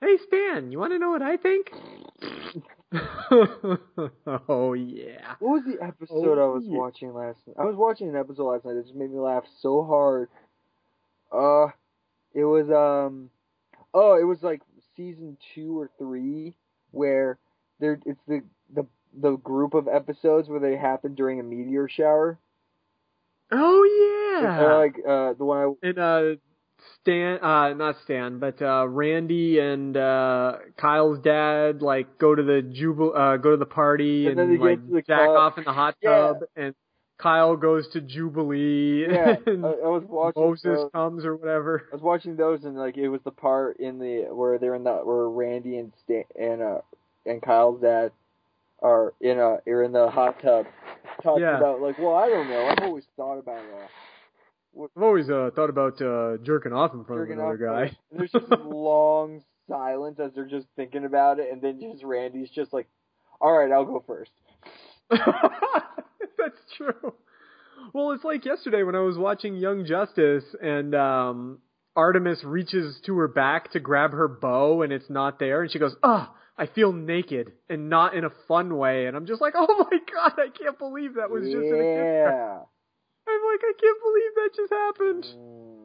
A: Hey Stan, you want to know what I think? oh yeah.
I: what was the episode
A: Oh,
I: i was
A: yeah.
I: watching last night i was watching an episode last night that just made me laugh so hard uh it was um oh it was like season two or three where there it's the the the group of episodes where they happen during a meteor shower.
A: Oh
I: It's,
A: yeah.
I: uh, like uh, the one I
A: and uh Stan uh not Stan, but uh Randy and uh Kyle's dad like go to the jubil uh go to the party and,
I: And then they go
A: like
I: to the
A: jack
I: club.
A: off in the hot
I: Yeah.
A: tub and Kyle goes to Jubilee
I: yeah uh, I, I
A: and
I: was watching uh,
A: Moses
I: those-
A: comes or whatever.
I: I was watching those and like it was the part in the where they're in the where Randy and Stan and uh and Kyle's dad are in a are in the hot tub talking
A: Yeah.
I: about like, well, I don't know. I've always thought about uh,
A: I've always uh, thought about uh, jerking off in front
I: jerking
A: of
I: off.
A: another guy.
I: And there's just this long silence as they're just thinking about it, and then just Randy's just like, "All right, I'll go first.
A: That's true. Well, it's like yesterday when I was watching Young Justice and um, Artemis reaches to her back to grab her bow and it's not there, and she goes, "Ah, I feel naked," and not in a fun way. And I'm just like, "Oh my god, I can't believe that was just an a
I: yeah.
A: I'm like, I can't believe that just happened.
I: Mm.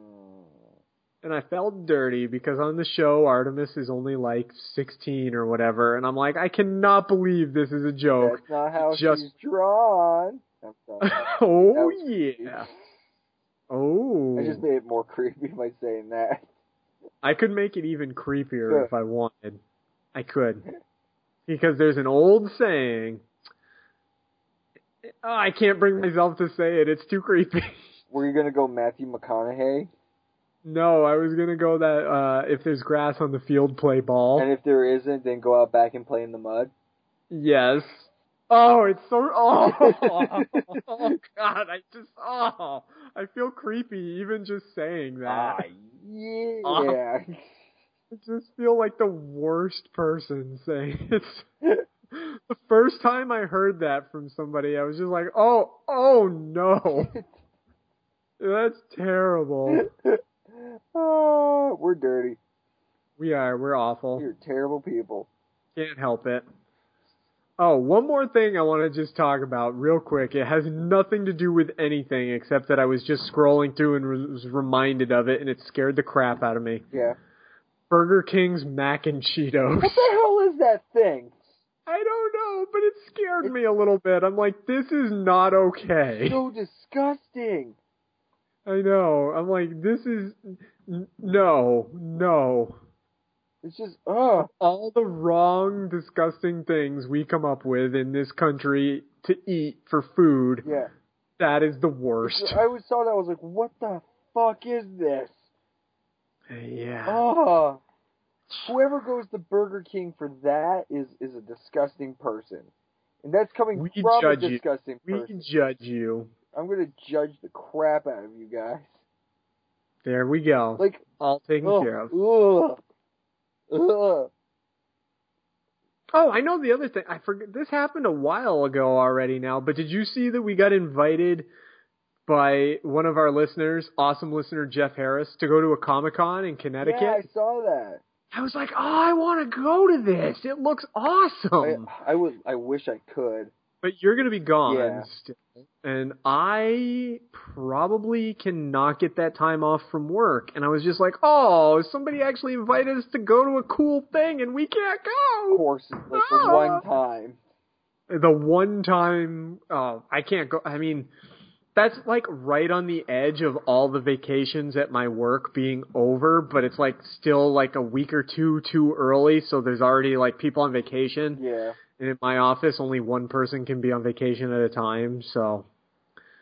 A: and I felt dirty because on the show Artemis is only like 16 or whatever, and I'm like, I cannot believe this is a joke.
I: That's not how
A: just-
I: she's drawn. I'm sorry.
A: oh
I: was
A: yeah. Oh,
I: I just made it more creepy by saying that.
A: I could make it even creepier
I: Sure.
A: if I wanted. I could, because there's an old saying. Oh, I can't bring myself to say it. It's too creepy.
I: Were you gonna go Matthew McConaughey?
A: no, I was gonna go that uh, if there's grass on the field, play ball.
I: And if there isn't, then go out back and play in the mud.
A: Yes. Oh, it's so. Oh, oh God! I just. Oh, I feel creepy even just saying that.
I: Ah, yeah.
A: I just feel like the worst person saying it. the first time I heard that from somebody, I was just like, "Oh, oh no, that's terrible." Ah.
I: oh, we're dirty.
A: We are. We're awful.
I: You're terrible people.
A: Can't help it. Oh, one more thing I want to just talk about real quick. It has nothing to do with anything except that I was just scrolling through and re- was reminded of it, and it scared the crap out of me.
I: Yeah.
A: Burger King's mac and Cheetos.
I: What the hell is that thing?
A: I don't know, but it scared me a little bit. I'm like, this is not okay.
I: So disgusting.
A: I know. I'm like, this is n- no, no.
I: It's just oh,
A: all the wrong, disgusting things we come up with in this country to eat for food.
I: yeah.
A: That is the worst.
I: I always saw that. I was like, what the fuck is this?
A: Yeah.
I: Oh, whoever goes to Burger King for that is is a disgusting person, and that's coming
A: We
I: from
A: judge you.
I: a disgusting
A: we
I: person.
A: judge you.
I: I'm gonna judge the crap out of you guys.
A: There we go.
I: Like,
A: all taken
I: oh,
A: care of.
I: ugh, ugh.
A: Oh, I know the other thing. I forget. This happened a while ago already now, but did you see that we got invited by one of our listeners, awesome listener Jeff Harris, to go to a Comic Con in Connecticut?
I: Yeah, I saw that.
A: I was like, oh, I want to go to this. It looks awesome.
I: I, I would. I wish I could.
A: But you're going to be gone
I: Yeah.
A: still. And I probably cannot get that time off from work. And I was just like, oh, somebody actually invited us to go to a cool thing and we can't
I: Of
A: go.
I: course, like the one time.
A: The one time, oh, I can't go. I mean, that's like right on the edge of all the vacations at my work being over, but it's like still like a week or two too early. So there's already like people on vacation.
I: Yeah.
A: And in my office, only one person can be on vacation at a time, so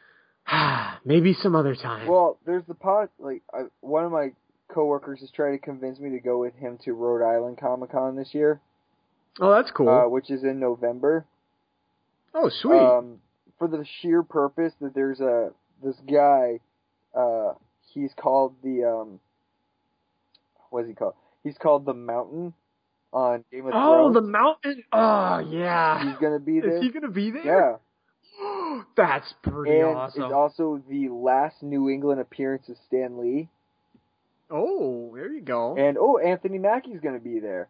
A: maybe some other time.
I: Well, there's the pot. Like I, one of my coworkers is trying to convince me to go with him to Rhode Island Comic Con this year,
A: oh, that's cool.
I: uh, which is in November.
A: oh, sweet.
I: Um, for the sheer purpose that there's a this guy, uh, he's called the um, what is he called? He's called the Mountain on Game of
A: oh,
I: Thrones.
A: the mountain. Oh, yeah.
I: He's gonna be there.
A: Is he gonna be there?
I: yeah,
A: that's pretty
I: and
A: awesome.
I: it's also the last New England appearance of Stan Lee.
A: oh, there you go.
I: And oh, Anthony Mackie's gonna be there.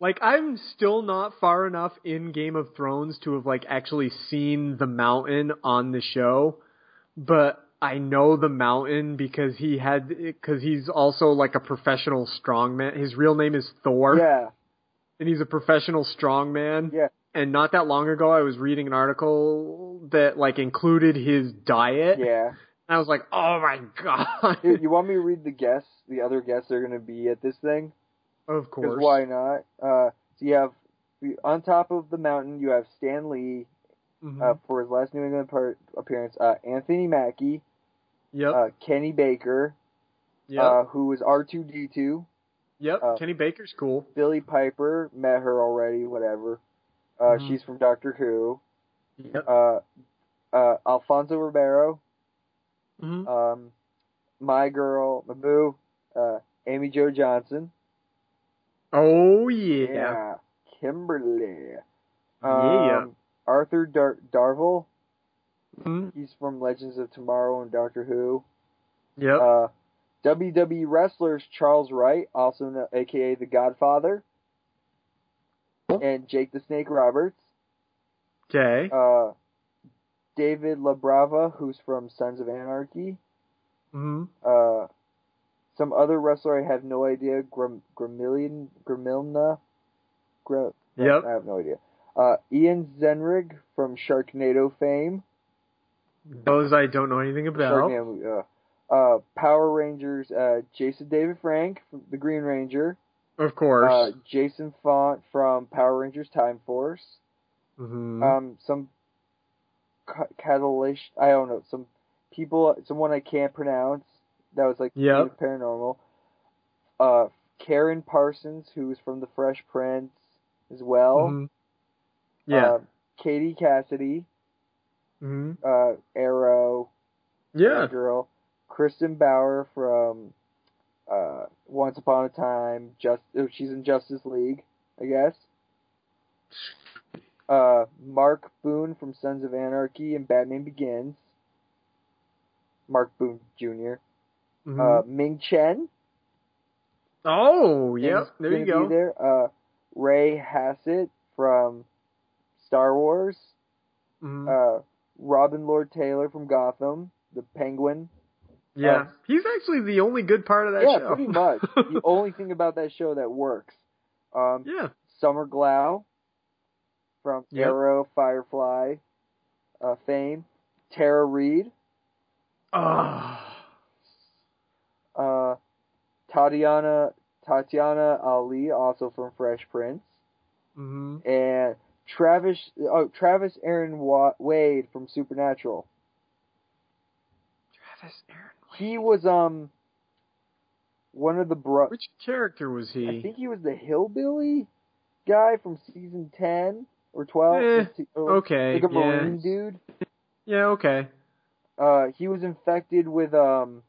A: like I'm still not far enough in Game of Thrones to have like actually seen the mountain on the show, but I know the mountain because he had because he's also like a professional strongman. His real name is Thor,
I: Yeah,
A: and he's a professional strongman.
I: yeah.
A: And not that long ago, I was reading an article that like included his diet.
I: Yeah.
A: And I was like, oh my god.
I: Dude, you want me to read the guests, the other guests that are going to be at this thing?
A: of
I: Because
A: course.
I: why not? Uh, so you have, on top of the mountain, you have Stan Lee
A: Mhm.
I: uh, for his last New England par- appearance, uh, Anthony Mackie,
A: yep.
I: uh, Kenny Baker,
A: yep.
I: uh, who was R2D2,
A: yep.
I: uh,
A: Kenny Baker's cool.
I: Billy Piper, met her already, whatever. Uh,
A: Mm-hmm.
I: She's from Doctor Who.
A: Yep.
I: Uh, uh, Alfonso Ribeiro.
A: Mhm.
I: Um, my girl, Mabu. Uh, Amy Jo Johnson.
A: Oh yeah.
I: Kimberly.
A: Yeah.
I: Um, Arthur Dar- Darvill.
A: Mhm.
I: He's from Legends of Tomorrow and Doctor Who.
A: Yep.
I: Uh, WWE wrestlers Charles Wright, also kno- aka the Godfather, and Jake the Snake Roberts.
A: Okay.
I: Uh, David LaBrava, who's from Sons of Anarchy.
A: hmm
I: Uh, some other wrestler I have no idea. Grim, Grimillion, Grimilna. Gr-
A: Yep.
I: I have no idea. Uh, Ian Zenrig from Sharknado fame.
A: Those I don't know anything about.
I: Sharknado, uh, uh, Power Rangers. Uh, Jason David Frank, from the Green Ranger.
A: Of course.
I: Uh, Jason Font from Power Rangers Time Force.
A: hmm
I: Um, some ca- catalyst. I don't know. Some people. Someone I can't pronounce. That was like
A: Yep.
I: paranormal. Uh, Karen Parsons, who's from The Fresh Prince, as well.
A: Mhm. Yeah.
I: oh. Uh, Katie Cassidy,
A: hmm
I: uh, Arrow,
A: Yeah.
I: Girl, Kristen Bauer from uh, Once Upon a Time. Just oh, she's in Justice League, I guess. Uh, Mark Boone from Sons of Anarchy and Batman Begins. Mark Boone junior
A: Mhm.
I: Uh, Ming Chen.
A: oh,
I: is
A: yep. There you
I: gonna
A: go.
I: be There. Uh, Ray Hassett from Star Wars.
A: Mhm.
I: Uh, Robin Lord Taylor from Gotham. The Penguin.
A: yeah.
I: uh,
A: He's actually the only good part of that
I: yeah,
A: show.
I: pretty much. the only thing about that show that works. Um,
A: yeah.
I: Summer Glau from
A: Yep.
I: Arrow, Firefly, uh, fame. Tara Reid,
A: Ah.
I: uh, Tatiana Tatiana Ali, also from Fresh Prince,
A: Mhm.
I: and Travis oh Travis Aaron Wa- Wade from Supernatural.
A: Travis Aaron.
I: He was um one of the bro.
A: Which character was he?
I: I think he was the hillbilly guy from season ten or twelve.
A: Eh,
I: It's- oh,
A: okay,
I: like a
A: yeah.
I: marine dude.
A: yeah. Okay.
I: Uh, he was infected with um.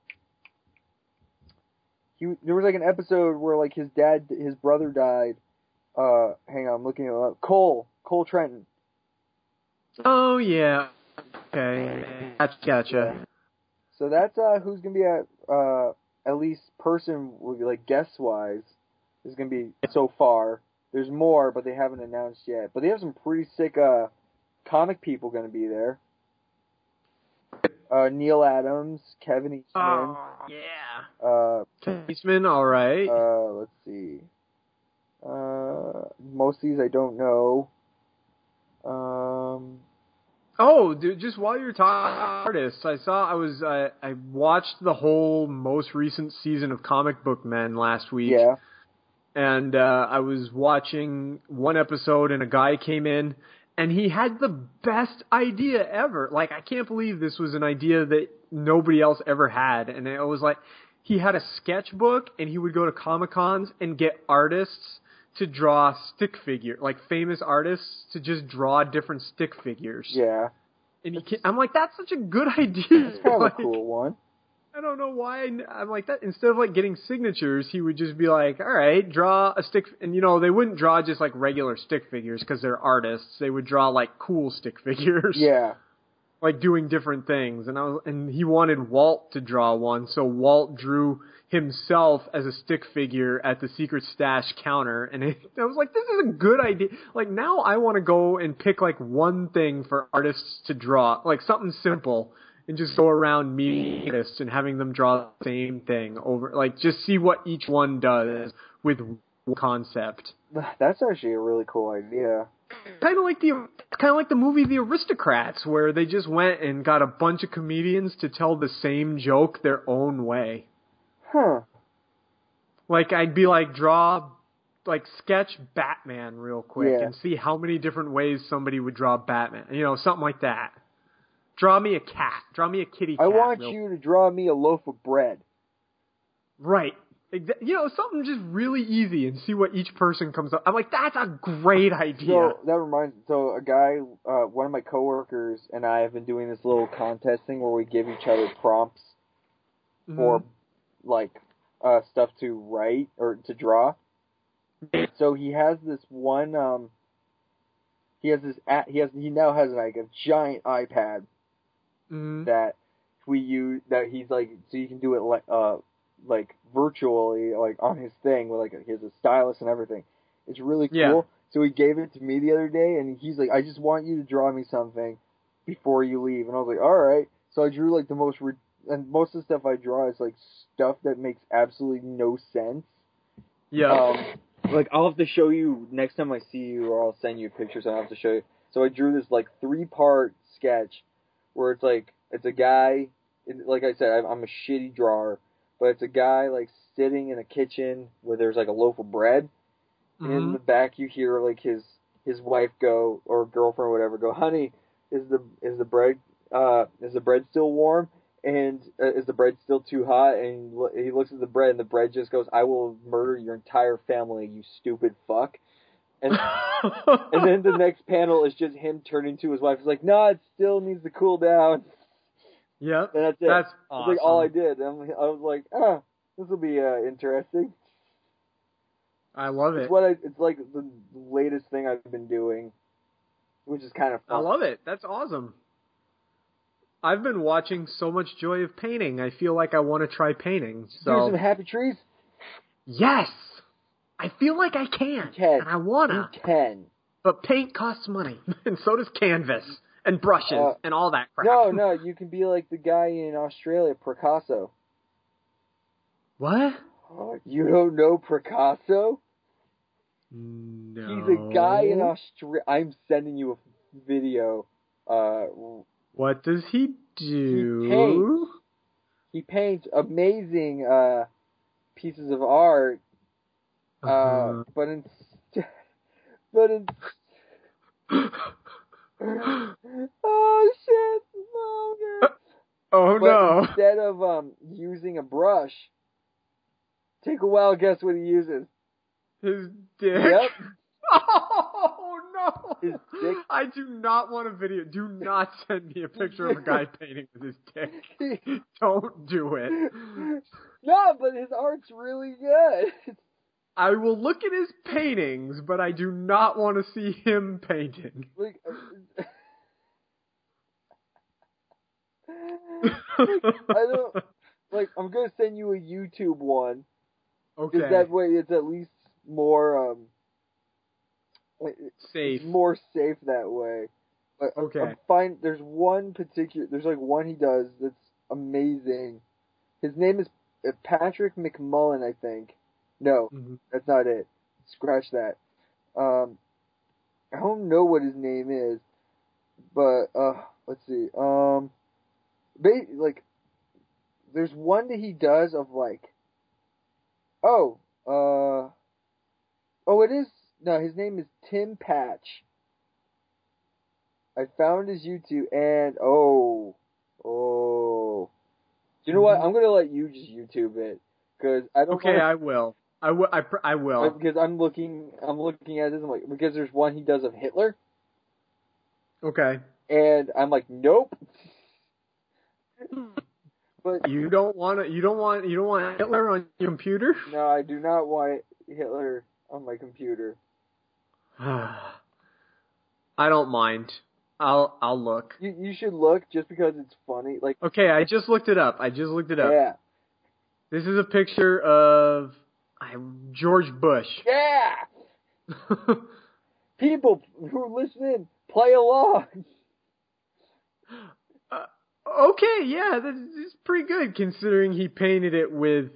I: He there was like an episode where like his dad, his brother died. Uh, hang on, I'm looking it up. Cole, Cole Trenton.
A: Oh yeah. Okay. Gotcha. gotcha.
I: So that's uh who's gonna be at uh at least person would be like guest wise is gonna be so far. There's more, but they haven't announced yet. But they have some pretty sick uh comic people gonna be there. Uh, Neil Adams, Kevin Eastman,
A: Oh yeah.
I: uh,
A: Eastman. All right.
I: uh, let's see. Uh, most of these I don't know. Um,
A: Oh, dude, just while you're talking about artists, I saw I was I, I watched the whole most recent season of Comic Book Men last week,
I: yeah.
A: and uh, I was watching one episode, and a guy came in, and he had the best idea ever. Like I can't believe this was an idea that nobody else ever had, and it was like he had a sketchbook, and he would go to comic cons and get artists to draw stick figure, like famous artists to just draw different stick figures.
I: Yeah.
A: And he can't, I'm like, that's such a good idea.
I: It's kind of
A: Like,
I: a cool one.
A: I don't know why. I n- I'm like that. Instead of like getting signatures, he would just be like, "All right, draw a stick." And you know, they wouldn't draw just like regular stick figures because they're artists. They would draw like cool stick figures,
I: Yeah.
A: like doing different things. And I was, and he wanted Walt to draw one, so Walt drew himself as a stick figure at the secret stash counter. And it, I was like, "This is a good idea." Like now, I want to go and pick like one thing for artists to draw, like something simple and just go around meeting artists and having them draw the same thing over like just see what each one does with one concept
I: That's actually a really cool idea.
A: kind of like the kind of like the movie the aristocrats where they just went and got a bunch of comedians to tell the same joke their own way
I: Huh.
A: like i'd be like draw like sketch batman real quick
I: Yeah.
A: and see how many different ways somebody would draw batman you know something like that draw me a cat draw me a kitty
I: I
A: cat
I: want
A: real
I: you to draw me a loaf of bread.
A: Right. Exa- You know, something just really easy and see what each person comes up. I'm like, that's a great idea.
I: So that reminds me. So a guy, uh, one of my coworkers and I have been doing this little contest thing where we give each other prompts
A: Mhm.
I: for like uh, stuff to write or to draw. So he has this one. Um, he has this. a- He has. He now has like a giant iPad
A: Mhm.
I: that we use. That he's like. So you can do it like uh like virtually like on his thing with like he has a stylus and everything. It's really cool.
A: Yeah.
I: So he gave it to me the other day, and he's like, "I just want you to draw me something before you leave." And I was like, "All right." So I drew like the most re- and most of the stuff I draw is like stuff that makes absolutely no sense.
A: Yeah.
I: Um, like I'll have to show you next time I see you, or I'll send you pictures. And I'll have to show you. So I drew this like three part sketch where it's like it's a guy. and Like I said, I'm, I'm a shitty drawer, but it's a guy like sitting in a kitchen where there's like a loaf of bread, and in
A: Mhm.
I: the back you hear like his his wife go or girlfriend or whatever go, "Honey, is the is the bread uh is the bread still warm?" and uh, is the bread still too hot? And he lo- he looks at the bread, and the bread just goes, "I will murder your entire family, you stupid fuck." And
A: Mm-hmm.
I: and then the next panel is just him turning to his wife. He's like, "No, it still needs to cool down."
A: yeah.
I: And that's it.
A: That's
I: That's like all I
A: awesome.
I: did. I'm, I was like, "Ah, this will be uh, interesting."
A: I love it.
I: It's what I, it's like the latest thing I've been doing, which is kind of
A: I
I: fun.
A: love it. That's awesome. I've been watching so much joy of painting. I feel like I want to try painting.
I: Do some
A: So
I: happy trees.
A: yes, I feel like I can,
I: can.
A: and I wanna.
I: You can.
A: But paint costs money, and so does canvas and brushes
I: Uh,
A: and all that crap.
I: No, no, you can be like the guy in Australia, Picasso.
A: What?
I: You don't know Picasso?
A: No.
I: He's a guy in Australia. I'm sending you a video. Uh,
A: What does he
I: He
A: do?
I: paints. he paints amazing uh, pieces of art, uh,
A: Uh-huh.
I: but in, but in, Uh, oh shit, oh, yeah.
A: oh
I: but
A: no!
I: instead of um using a brush, take a wild guess what he uses.
A: His dick.
I: Yep.
A: Oh no!
I: His dick.
A: I do not want a video. Do not send me a picture of a guy painting with his dick. Don't do it.
I: no, but his art's really good.
A: I will look at his paintings, but I do not want to see him painting.
I: like, uh, like, I don't uh, like. I'm gonna send you a YouTube one
A: Okay.
I: because that way it's at least more um like,
A: Safe.
I: it's more safe that way. But I'm-
A: Okay.
I: I'm fine. There's one particular. There's like one he does that's amazing. His name is uh, Patrick McMullen, I think. No,
A: Mhm.
I: that's not it. Scratch that. Um, I don't know what his name is, but uh, let's see. Um, ba- like, there's one that he does of like, oh, uh, oh, it is no. His name is Tim Patch. I found his YouTube, and oh, oh. You know what? I'm gonna let you just YouTube it because I don't.
A: Mm-hmm. Okay,
I: wanna-
A: I will. I will. I, pr- I
I: uh,
A: will.
I: because I'm looking, I'm looking at this. I'm like, because there's one he does of Hitler,
A: Okay.
I: and I'm like, nope. but
A: You don't want to. You don't want. You don't want Hitler on your computer.
I: no, I do not want Hitler on my computer.
A: I don't mind. I'll. I'll look.
I: You you should look just because it's funny. Like,
A: Okay, I just looked it up. I just looked it up.
I: yeah,
A: This is a picture of I, George Bush.
I: yeah. People who are listening, play along.
A: okay, yeah, that's, that's pretty good considering he painted it with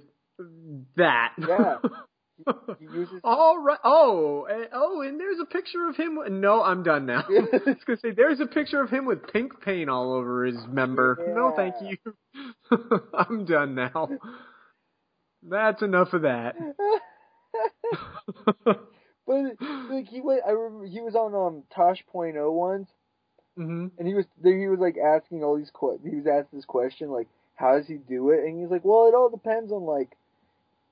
A: that.
I: Yeah. He uses-
A: All right. Oh, eh, oh, and there's a picture of him. No, I'm done now. I was gonna say there's a picture of him with pink paint all over his member. No, thank
I: Yeah.
A: you. I'm done now. That's enough of that.
I: but like he went, I remember he was on um Tosh Point oh once,
A: hmm
I: and he was there. He was like asking all these que- he was asked this question like, how does he do it? And he's like, well, it all depends on like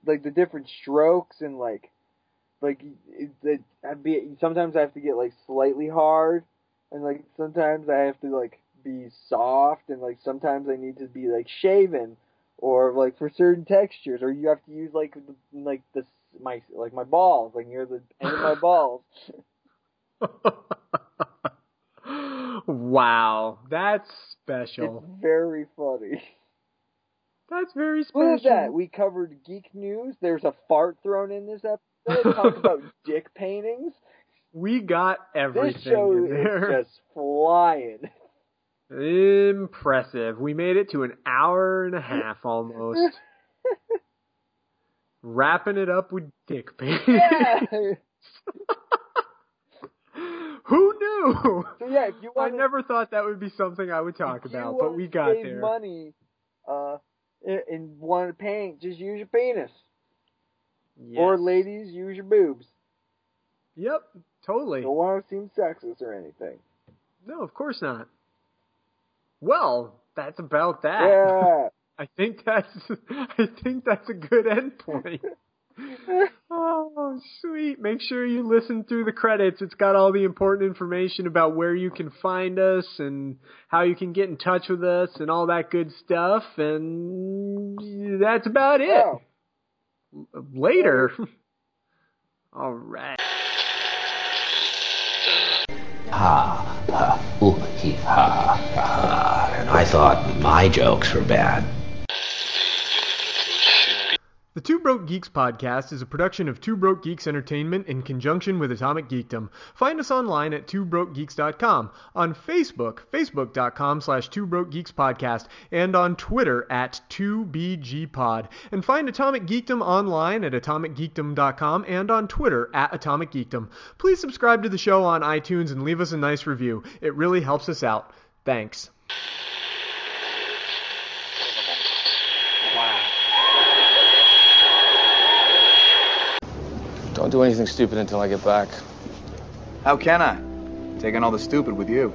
I: like the different strokes and like like it, it, I'd be sometimes I have to get like slightly hard and like sometimes I have to like be soft and like sometimes I need to be like shaven or like for certain textures or you have to use like the, like the my like my balls like near the end of my balls.
A: wow, that's
I: It's
A: special.
I: very funny.
A: That's very special.
I: Look at that. We covered geek news. There's a fart thrown in this episode. Talk about dick paintings.
A: We got everything
I: This show
A: in there.
I: is just flying.
A: Impressive. We made it to an hour and a half almost. Wrapping it up with dick pics.
I: Yeah.
A: Who knew?
I: so yeah, if you
A: I
I: want,
A: never thought that would be something I would talk about, but we got
I: save
A: there.
I: money, uh, and- and want to paint, just use your penis.
A: Yes.
I: Or ladies, use your boobs.
A: Yep, totally.
I: Don't want to seem sexist or anything.
A: No, of course not. Well, that's about that.
I: Yeah.
A: I think that's I think that's a good end point. oh, sweet. Make sure you listen through the credits. It's got all the important information about where you can find us and how you can get in touch with us and all that good stuff and that's about it.
I: Oh.
A: Later. all right.
J: And I thought my jokes were bad.
K: The Two Broke Geeks podcast is a production of Two Broke Geeks Entertainment in conjunction with Atomic Geekdom. Find us online at twobrokegeeks.com, on Facebook, facebook.com slash Two Broke Geeks Podcast, and on Twitter at 2BGPod. And find Atomic Geekdom online at atomicgeekdom.com and on Twitter at Atomic Geekdom. Please subscribe to the show on iTunes and leave us a nice review. It really helps us out. Thanks.
F: Don't do anything stupid until I get back.
L: How can I? Taking all the stupid with you.